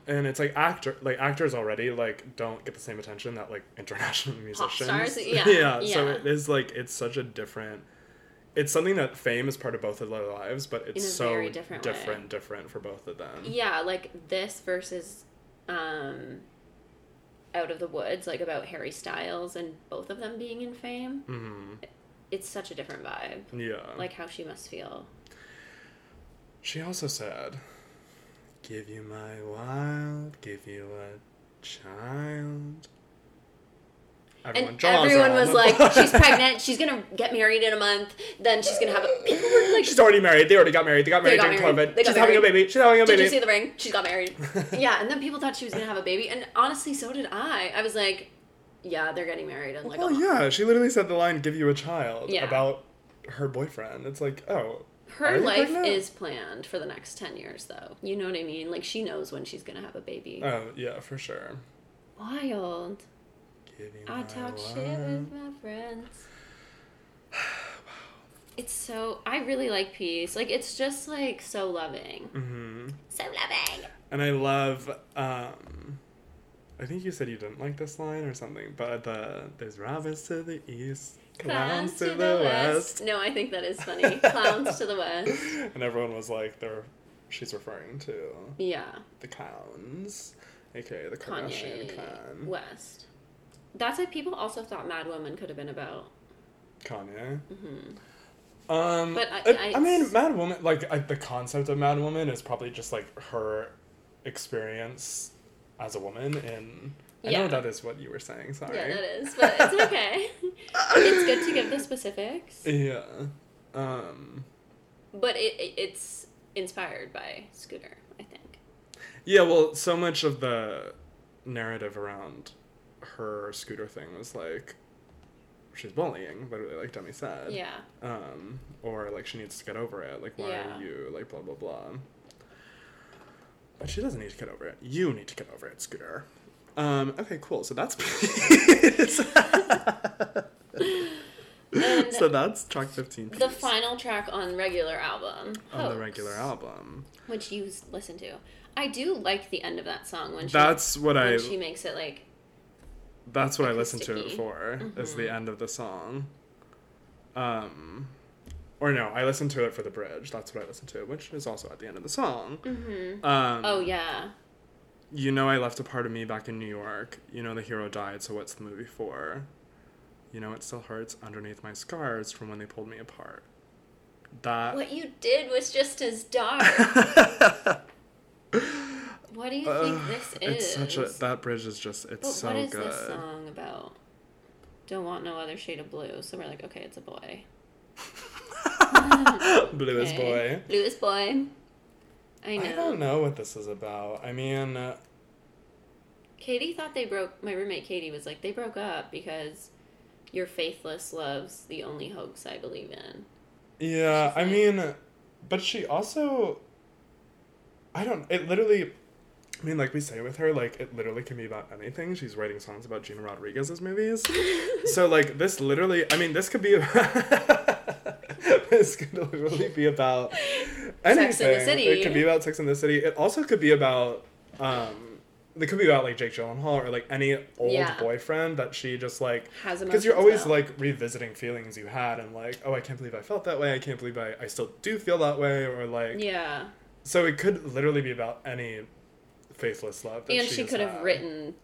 [SPEAKER 2] And it's like actor like actors already like don't get the same attention that like international musicians.
[SPEAKER 1] stars, yeah,
[SPEAKER 2] yeah. So
[SPEAKER 1] yeah.
[SPEAKER 2] it is like it's such a different it's something that fame is part of both of their lives, but it's
[SPEAKER 1] In a
[SPEAKER 2] so
[SPEAKER 1] very different way.
[SPEAKER 2] different different for both of them.
[SPEAKER 1] Yeah, like this versus, um, Out of the Woods, like about Harry Styles and both of them being in fame.
[SPEAKER 2] hmm
[SPEAKER 1] It's such a different vibe.
[SPEAKER 2] Yeah.
[SPEAKER 1] Like how she must feel.
[SPEAKER 2] she also said Give you my wild, give you a child.
[SPEAKER 1] And
[SPEAKER 2] jaws
[SPEAKER 1] everyone was
[SPEAKER 2] on.
[SPEAKER 1] like, "She's pregnant. She's gonna get married in a month. Then she's gonna have a." People were like,
[SPEAKER 2] She's already married. They already got married. They got
[SPEAKER 1] They got
[SPEAKER 2] married during
[SPEAKER 1] married.
[SPEAKER 2] COVID.
[SPEAKER 1] They got
[SPEAKER 2] She's having a
[SPEAKER 1] married.
[SPEAKER 2] baby. She's having a
[SPEAKER 1] Did
[SPEAKER 2] baby.
[SPEAKER 1] you see the ring? She got married. yeah, and then people thought she was gonna have a baby, and honestly, so did I. I was like, yeah, they're getting married in like
[SPEAKER 2] Well,
[SPEAKER 1] a month.
[SPEAKER 2] Oh, yeah, she literally said the line "Give you a child"
[SPEAKER 1] Yeah.
[SPEAKER 2] about her boyfriend. It's like, oh, are
[SPEAKER 1] Her
[SPEAKER 2] you
[SPEAKER 1] life
[SPEAKER 2] pregnant?
[SPEAKER 1] is planned for the next ten years, though. You know what I mean? Like she knows when she's gonna have a baby.
[SPEAKER 2] Oh yeah, for sure.
[SPEAKER 1] Wild.
[SPEAKER 2] Give you
[SPEAKER 1] I
[SPEAKER 2] my
[SPEAKER 1] talk shit
[SPEAKER 2] love.
[SPEAKER 1] with my friends. It's so I really like peace. Like it's just like so loving.
[SPEAKER 2] Mhm.
[SPEAKER 1] So loving.
[SPEAKER 2] And I love. um I think you said you didn't like this line or something, but the there's robins to the east, clowns to the west,
[SPEAKER 1] No, I think that is funny. Clowns to the west.
[SPEAKER 2] and everyone was like, "They're." She's referring to
[SPEAKER 1] Yeah.
[SPEAKER 2] the clowns, aka the Kardashian
[SPEAKER 1] Kanye
[SPEAKER 2] clan.
[SPEAKER 1] West. That's like people also thought Mad Woman could have been about. Mm-hmm.
[SPEAKER 2] Kanye.
[SPEAKER 1] Mm.
[SPEAKER 2] Um,
[SPEAKER 1] But
[SPEAKER 2] but
[SPEAKER 1] I-
[SPEAKER 2] I,
[SPEAKER 1] I-
[SPEAKER 2] I, mean, Mad Woman, like I, the concept of Mad Woman is probably just like her experience as a woman. In I
[SPEAKER 1] Yeah.
[SPEAKER 2] know that is what you were saying. Sorry.
[SPEAKER 1] Yeah, that is, but it's okay. it's good to give the specifics,
[SPEAKER 2] Yeah. Um,
[SPEAKER 1] but it, it it's inspired by Scooter, I think.
[SPEAKER 2] yeah. Well, so much of the narrative around her scooter thing was like she's bullying, literally like Demi said.
[SPEAKER 1] Yeah.
[SPEAKER 2] Um, or like she needs to get over it. Like why
[SPEAKER 1] Yeah.
[SPEAKER 2] are you like blah blah blah. But she doesn't need to get over it. You need to get over it, Scooter. Um, okay, cool. So that's
[SPEAKER 1] And
[SPEAKER 2] so that's track fifteen.
[SPEAKER 1] the
[SPEAKER 2] piece
[SPEAKER 1] final track on regular album.
[SPEAKER 2] on the
[SPEAKER 1] Hoax,
[SPEAKER 2] regular album.
[SPEAKER 1] Which you s- listen to. I do like the end of that song when she,
[SPEAKER 2] That's what
[SPEAKER 1] when
[SPEAKER 2] I.
[SPEAKER 1] she E. makes it like,
[SPEAKER 2] That's what I listen to it
[SPEAKER 1] acoustic-y.
[SPEAKER 2] for. Is
[SPEAKER 1] Mm-hmm.
[SPEAKER 2] the end of the song. Um, or no, I listen to it for the bridge. That's what I listen to, which is also at the end of the song. Mm-hmm. Um,
[SPEAKER 1] oh yeah.
[SPEAKER 2] you know I left a part of me back in New York. You know the hero died, so what's the movie for? You know it still hurts underneath my scars from when they pulled me apart. That
[SPEAKER 1] What you did was just as dark. what do you think this is?
[SPEAKER 2] Uh, it's such a that bridge is just it's
[SPEAKER 1] but
[SPEAKER 2] so
[SPEAKER 1] what is
[SPEAKER 2] good.
[SPEAKER 1] this song about? Don't want no other shade of blue. So we're like, okay, it's a boy.
[SPEAKER 2] Bluest
[SPEAKER 1] Okay.
[SPEAKER 2] boy.
[SPEAKER 1] Bluest boy. I know.
[SPEAKER 2] I don't know what this is about. I mean, uh,
[SPEAKER 1] Katie thought they broke. My roommate Katie was like, they broke up because your faithless love's the only hoax I believe in.
[SPEAKER 2] yeah,
[SPEAKER 1] She's
[SPEAKER 2] I
[SPEAKER 1] like-
[SPEAKER 2] mean, but she also I don't it literally I mean, like we say with her, like it literally can be about anything. She's writing songs about Gina Rodriguez's movies. so like this literally I mean this could be this could literally be about anything.
[SPEAKER 1] Sex in the City.
[SPEAKER 2] It could be about Sex in the City. It also could be about um it could be about like Jake Gyllenhaal or like any old
[SPEAKER 1] Yeah.
[SPEAKER 2] boyfriend that she just like
[SPEAKER 1] Has
[SPEAKER 2] because you're always
[SPEAKER 1] emotions about.
[SPEAKER 2] like revisiting feelings you had and like oh I can't believe I felt that way I can't believe I, I still do feel that way or like
[SPEAKER 1] Yeah,
[SPEAKER 2] so it could literally be about any faithless love. That
[SPEAKER 1] and she
[SPEAKER 2] has
[SPEAKER 1] could have
[SPEAKER 2] had.
[SPEAKER 1] written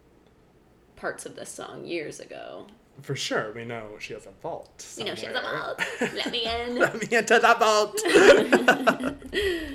[SPEAKER 1] parts of this song years ago.
[SPEAKER 2] For sure, we know she has a vault.
[SPEAKER 1] You know, she has a
[SPEAKER 2] somewhere.
[SPEAKER 1] mouth. Let me in.
[SPEAKER 2] Let me into the vault.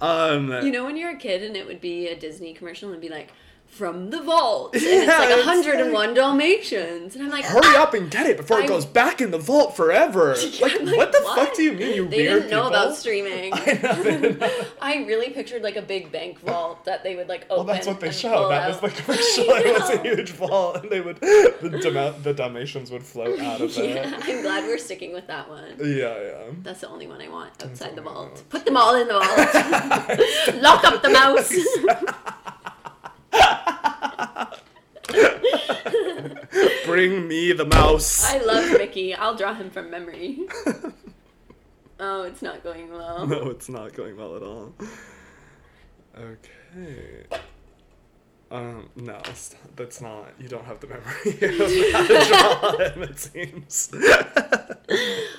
[SPEAKER 2] um,
[SPEAKER 1] You know, when you're a kid and it would be a Disney commercial and it'd be like, from the vault, and it's
[SPEAKER 2] Yeah,
[SPEAKER 1] like
[SPEAKER 2] it's
[SPEAKER 1] 101 Dalmatians, and I'm like,
[SPEAKER 2] hurry up and get it before it
[SPEAKER 1] I-
[SPEAKER 2] goes back in the vault forever. Like,
[SPEAKER 1] I'm like,
[SPEAKER 2] what the
[SPEAKER 1] what?
[SPEAKER 2] fuck do you mean, you
[SPEAKER 1] They
[SPEAKER 2] weird
[SPEAKER 1] didn't know
[SPEAKER 2] people?
[SPEAKER 1] about streaming.
[SPEAKER 2] I know, they didn't know.
[SPEAKER 1] I really pictured like a big bank vault that they would like
[SPEAKER 2] Well,
[SPEAKER 1] open.
[SPEAKER 2] that's what they
[SPEAKER 1] and
[SPEAKER 2] showed.
[SPEAKER 1] pull
[SPEAKER 2] That
[SPEAKER 1] out.
[SPEAKER 2] was the
[SPEAKER 1] I
[SPEAKER 2] commercial. It was a
[SPEAKER 1] know.
[SPEAKER 2] huge vault, and they would the, Dama- the Dalmatians would float out of
[SPEAKER 1] yeah,
[SPEAKER 2] it.
[SPEAKER 1] I'm glad we're sticking with that one.
[SPEAKER 2] Yeah,
[SPEAKER 1] That's the only one I want
[SPEAKER 2] the
[SPEAKER 1] outside the
[SPEAKER 2] only one I
[SPEAKER 1] vault.
[SPEAKER 2] want.
[SPEAKER 1] Put them all in the vault.
[SPEAKER 2] yeah.
[SPEAKER 1] Lock up the mouse.
[SPEAKER 2] Bring me the mouse.
[SPEAKER 1] I love Mickey. I'll draw him from memory. Oh, it's not going well.
[SPEAKER 2] no, it's not going well at all. Okay. Um, no, it's not- that's not. You don't have the memory of how to draw him, it seems.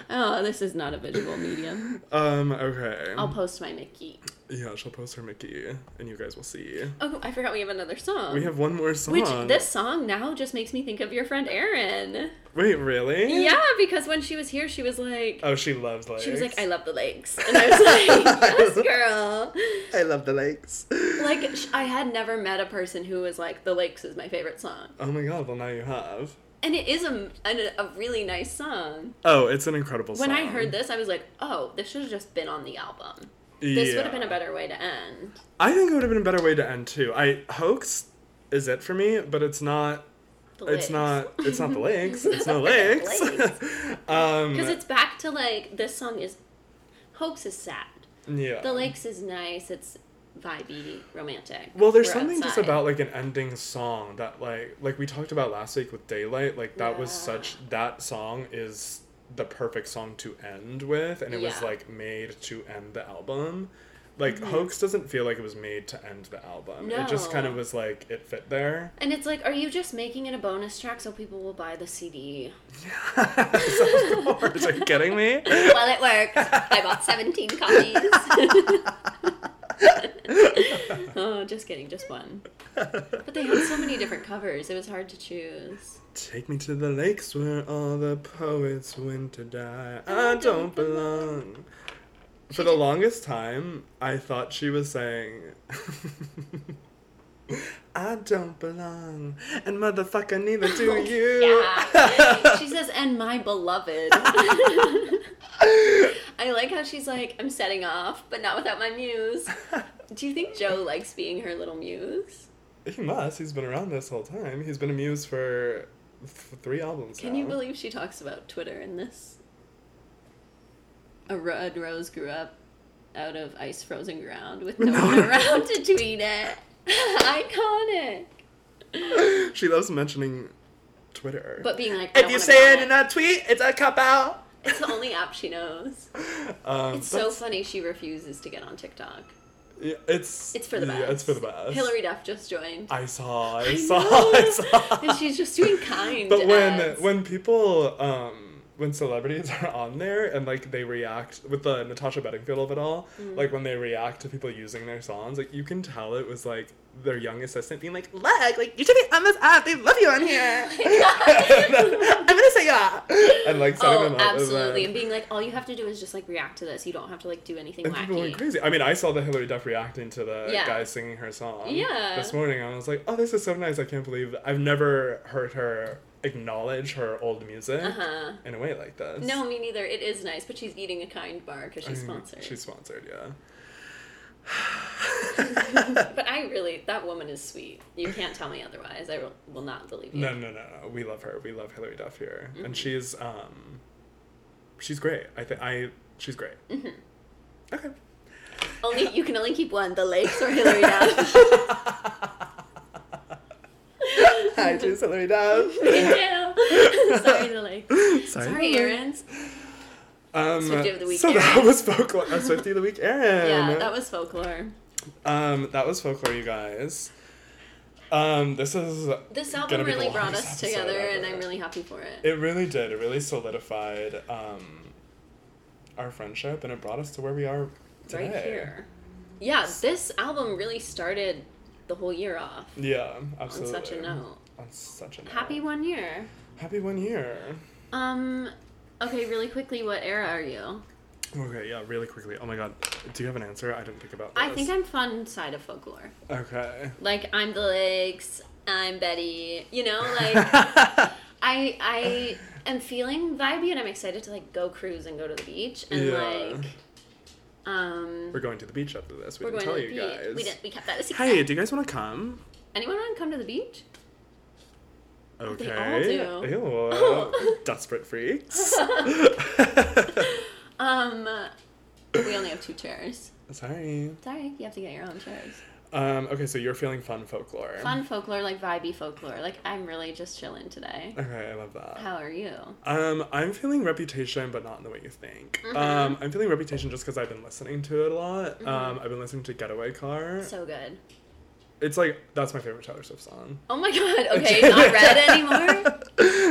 [SPEAKER 1] Oh, this is not a visual medium.
[SPEAKER 2] Um, okay.
[SPEAKER 1] I'll post my Mickey.
[SPEAKER 2] yeah, she'll post her Mickey, and you guys will see.
[SPEAKER 1] Oh, I forgot we have another song.
[SPEAKER 2] We have one more song.
[SPEAKER 1] Which this song now just makes me think of your friend Erin.
[SPEAKER 2] Wait, really?
[SPEAKER 1] Yeah, because when she was here, she was like,
[SPEAKER 2] Oh, she loves lakes.
[SPEAKER 1] she was like, I love the lakes, and I was like, yes, girl.
[SPEAKER 2] I love the lakes.
[SPEAKER 1] Like sh- I had never met a person who was like, the lakes is my favorite song,
[SPEAKER 2] Oh my god! Well, now you have.
[SPEAKER 1] and it is a a, a really nice song.
[SPEAKER 2] Oh, it's an incredible
[SPEAKER 1] When
[SPEAKER 2] song.
[SPEAKER 1] I heard this, I was like, oh, this should have just been on the album. This would have been a
[SPEAKER 2] Yeah.
[SPEAKER 1] better way to end.
[SPEAKER 2] I think it would have been a better way to end too. I hoax is it for me, but it's not.
[SPEAKER 1] The
[SPEAKER 2] It's not. It's not the lakes. It's no
[SPEAKER 1] Lakes.
[SPEAKER 2] lakes. um,
[SPEAKER 1] because it's back to like this song is, hoax is sad.
[SPEAKER 2] yeah.
[SPEAKER 1] The Lakes is nice. It's vibey, romantic.
[SPEAKER 2] well, there's
[SPEAKER 1] We're
[SPEAKER 2] something just
[SPEAKER 1] outside.
[SPEAKER 2] about like an ending song that like like we talked about last week with daylight. Like that was
[SPEAKER 1] Yeah.
[SPEAKER 2] such that song is the perfect song to end with, and it was
[SPEAKER 1] Yeah. Mm-hmm.
[SPEAKER 2] like made to end the album. Like hoax doesn't feel like it was made to end the album. It just kind of
[SPEAKER 1] No.
[SPEAKER 2] was like it fit there.
[SPEAKER 1] And it's like, are you just making it a bonus track so people will buy the CD?
[SPEAKER 2] so, of course, are you kidding me?
[SPEAKER 1] well, it worked. I bought 17 copies. oh, just kidding, just one. But they had so many different covers, it was hard to choose.
[SPEAKER 2] Take me to the lakes where all the poets went to die. I don't belong. For the longest time, I thought she was saying, I don't belong, and motherfucker, neither do you.
[SPEAKER 1] Oh, Yeah. she says, and my beloved. I like how she's like, I'm setting off, but not without my muse. Do you think Joe likes being her little muse?
[SPEAKER 2] He must. He's been around this whole time. He's been a muse for th- three albums.
[SPEAKER 1] Can you
[SPEAKER 2] now.
[SPEAKER 1] believe she talks about Twitter in this? A red rose grew up out of ice frozen ground with no one around to tweet it. Iconic.
[SPEAKER 2] she loves mentioning Twitter?
[SPEAKER 1] But being like, I
[SPEAKER 2] if
[SPEAKER 1] don't
[SPEAKER 2] you
[SPEAKER 1] wanna
[SPEAKER 2] say
[SPEAKER 1] buy
[SPEAKER 2] it in a tweet, it's a cop out.
[SPEAKER 1] it's the only app she knows.
[SPEAKER 2] Um,
[SPEAKER 1] It's so
[SPEAKER 2] that's-
[SPEAKER 1] funny she refuses to get on TikTok.
[SPEAKER 2] yeah, it's
[SPEAKER 1] It's for the best.
[SPEAKER 2] yeah, it's for the best.
[SPEAKER 1] Hillary Duff just joined.
[SPEAKER 2] I saw. I,
[SPEAKER 1] I
[SPEAKER 2] saw.
[SPEAKER 1] know.
[SPEAKER 2] I saw.
[SPEAKER 1] and she's just doing kind.
[SPEAKER 2] But when
[SPEAKER 1] ads.
[SPEAKER 2] when people um when celebrities are on there and like they react with the Natasha Bedingfield of it all,
[SPEAKER 1] Mm.
[SPEAKER 2] like when they react to people using their songs, like you can tell it was like their young assistant being like, "Look, like you should be on this app. They love you on here. I'm gonna say yeah." And like setting
[SPEAKER 1] oh,
[SPEAKER 2] them up. as,
[SPEAKER 1] absolutely,
[SPEAKER 2] uh,
[SPEAKER 1] and being like, all you have to do is just like react to this. You don't have to like do anything
[SPEAKER 2] And people went
[SPEAKER 1] wacky.
[SPEAKER 2] crazy. I mean, I saw the Hillary Duff reacting to the
[SPEAKER 1] Yeah.
[SPEAKER 2] guy singing her song
[SPEAKER 1] Yeah.
[SPEAKER 2] this morning, and I was like, "Oh, this is so nice! I can't believe I've never heard her acknowledge her old music
[SPEAKER 1] Uh huh.
[SPEAKER 2] in a way like this."
[SPEAKER 1] No, me neither. It is nice, but she's eating a kind bar because she's
[SPEAKER 2] I mean,
[SPEAKER 1] sponsored.
[SPEAKER 2] She's sponsored, yeah.
[SPEAKER 1] But I really, that woman is sweet. You can't tell me otherwise. I will, will not believe you.
[SPEAKER 2] No, no, no, no. We love her. We love Hillary Duff here,
[SPEAKER 1] Mm-hmm.
[SPEAKER 2] and she's um, she's great. I think I she's great. Okay.
[SPEAKER 1] Mm-hmm. Only you can only keep one: the lakes or Hillary Duff.
[SPEAKER 2] Hi, she's Hillary Duff.
[SPEAKER 1] Yeah. Sorry, the lakes. Sorry, Aaron's.
[SPEAKER 2] Um,
[SPEAKER 1] Swiftie of the Week,
[SPEAKER 2] So that
[SPEAKER 1] Erin.
[SPEAKER 2] was folklore. Uh, Swifty of the week, Erin.
[SPEAKER 1] Yeah, that was folklore.
[SPEAKER 2] Um, that was folklore, you guys. Um, this is
[SPEAKER 1] This
[SPEAKER 2] gonna
[SPEAKER 1] album
[SPEAKER 2] be the
[SPEAKER 1] really brought
[SPEAKER 2] longest
[SPEAKER 1] us
[SPEAKER 2] episode
[SPEAKER 1] together, and
[SPEAKER 2] ever.
[SPEAKER 1] I'm really happy for it.
[SPEAKER 2] It really did. It really solidified um, our friendship, and it brought us to where we are today.
[SPEAKER 1] right here. Yeah, this album really started the whole year off
[SPEAKER 2] Yeah,
[SPEAKER 1] on
[SPEAKER 2] absolutely.
[SPEAKER 1] such a note.
[SPEAKER 2] On such a note.
[SPEAKER 1] Happy one year.
[SPEAKER 2] Happy one year.
[SPEAKER 1] Um, okay, really quickly, what era are you?
[SPEAKER 2] Okay, yeah, really quickly. Oh my god, do you have an answer? I didn't think about this.
[SPEAKER 1] I think I'm fun side of folklore.
[SPEAKER 2] Okay.
[SPEAKER 1] Like I'm the lakes, I'm Betty. You know, like I I am feeling vibey, and I'm excited to like go cruise and go to the beach and
[SPEAKER 2] Yeah.
[SPEAKER 1] like um.
[SPEAKER 2] We're going to the beach after this. We
[SPEAKER 1] We're
[SPEAKER 2] didn't
[SPEAKER 1] going
[SPEAKER 2] tell
[SPEAKER 1] to the
[SPEAKER 2] you
[SPEAKER 1] beach.
[SPEAKER 2] guys.
[SPEAKER 1] We didn't. We kept that a secret.
[SPEAKER 2] Hey, do you guys want to come?
[SPEAKER 1] Anyone want to come to the beach?
[SPEAKER 2] Okay.
[SPEAKER 1] They all do.
[SPEAKER 2] Ew.
[SPEAKER 1] Oh.
[SPEAKER 2] Desperate freaks.
[SPEAKER 1] Um, we only have two chairs.
[SPEAKER 2] Sorry.
[SPEAKER 1] Sorry, you have to get your own chairs.
[SPEAKER 2] Um, okay, so you're feeling fun folklore.
[SPEAKER 1] Fun folklore, like vibey folklore. Like I'm really just chilling today.
[SPEAKER 2] Okay, I love that.
[SPEAKER 1] How are you?
[SPEAKER 2] Um, I'm feeling reputation, but not in the way you think.
[SPEAKER 1] Mm-hmm.
[SPEAKER 2] Um, I'm feeling reputation just because I've been listening to it a lot. Um, I've been listening to Getaway Car.
[SPEAKER 1] So good.
[SPEAKER 2] it's like that's my favorite Taylor Swift song.
[SPEAKER 1] Oh my god. Okay, not red anymore.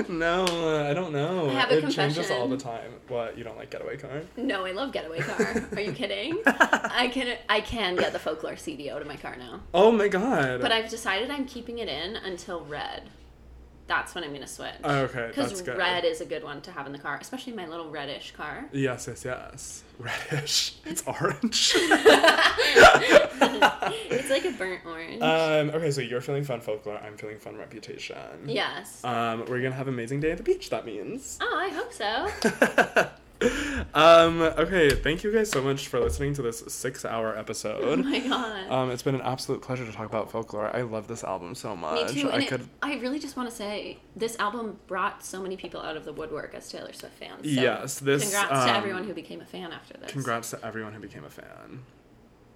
[SPEAKER 2] no, uh, I don't know.
[SPEAKER 1] I have a
[SPEAKER 2] it changes all
[SPEAKER 1] confession.
[SPEAKER 2] the time. What you don't like Getaway Car?
[SPEAKER 1] No, I love Getaway Car. Are you kidding? I can I can get the folklore CD out of my car now,
[SPEAKER 2] Oh my god.
[SPEAKER 1] but I've decided I'm keeping it in until red. That's when I'm gonna switch.
[SPEAKER 2] Oh, okay, that's
[SPEAKER 1] Because
[SPEAKER 2] good.
[SPEAKER 1] red is a good one to have in the car, especially my little reddish car.
[SPEAKER 2] Yes, yes, yes. Reddish. It's orange.
[SPEAKER 1] It's like a burnt orange.
[SPEAKER 2] um, okay, so you're feeling fun folklore. I'm feeling fun reputation.
[SPEAKER 1] yes.
[SPEAKER 2] Um, we're gonna have an amazing day at the beach. That means.
[SPEAKER 1] oh, I hope so.
[SPEAKER 2] um, okay, thank you guys so much for listening to this six-hour
[SPEAKER 1] Oh
[SPEAKER 2] episode.
[SPEAKER 1] my god.
[SPEAKER 2] Um, it's been an absolute pleasure to talk about folklore. I love this album Uh, so
[SPEAKER 1] Me
[SPEAKER 2] much.
[SPEAKER 1] too. And
[SPEAKER 2] I
[SPEAKER 1] it-
[SPEAKER 2] could.
[SPEAKER 1] I really just want to say this album brought so many people out of the woodwork as Taylor Swift fans. So
[SPEAKER 2] Yes, this,
[SPEAKER 1] Congrats to
[SPEAKER 2] um,
[SPEAKER 1] everyone who became a fan after this.
[SPEAKER 2] Congrats to everyone who became a fan.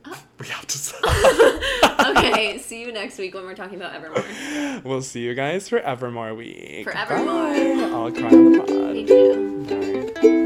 [SPEAKER 1] Oh.
[SPEAKER 2] We have to.
[SPEAKER 1] okay, see you next week when we're talking about Evermore.
[SPEAKER 2] we'll see you guys for Evermore Week.
[SPEAKER 1] Forevermore.
[SPEAKER 2] Bye. I'll cry on the pod.
[SPEAKER 1] Me too.
[SPEAKER 2] Bye.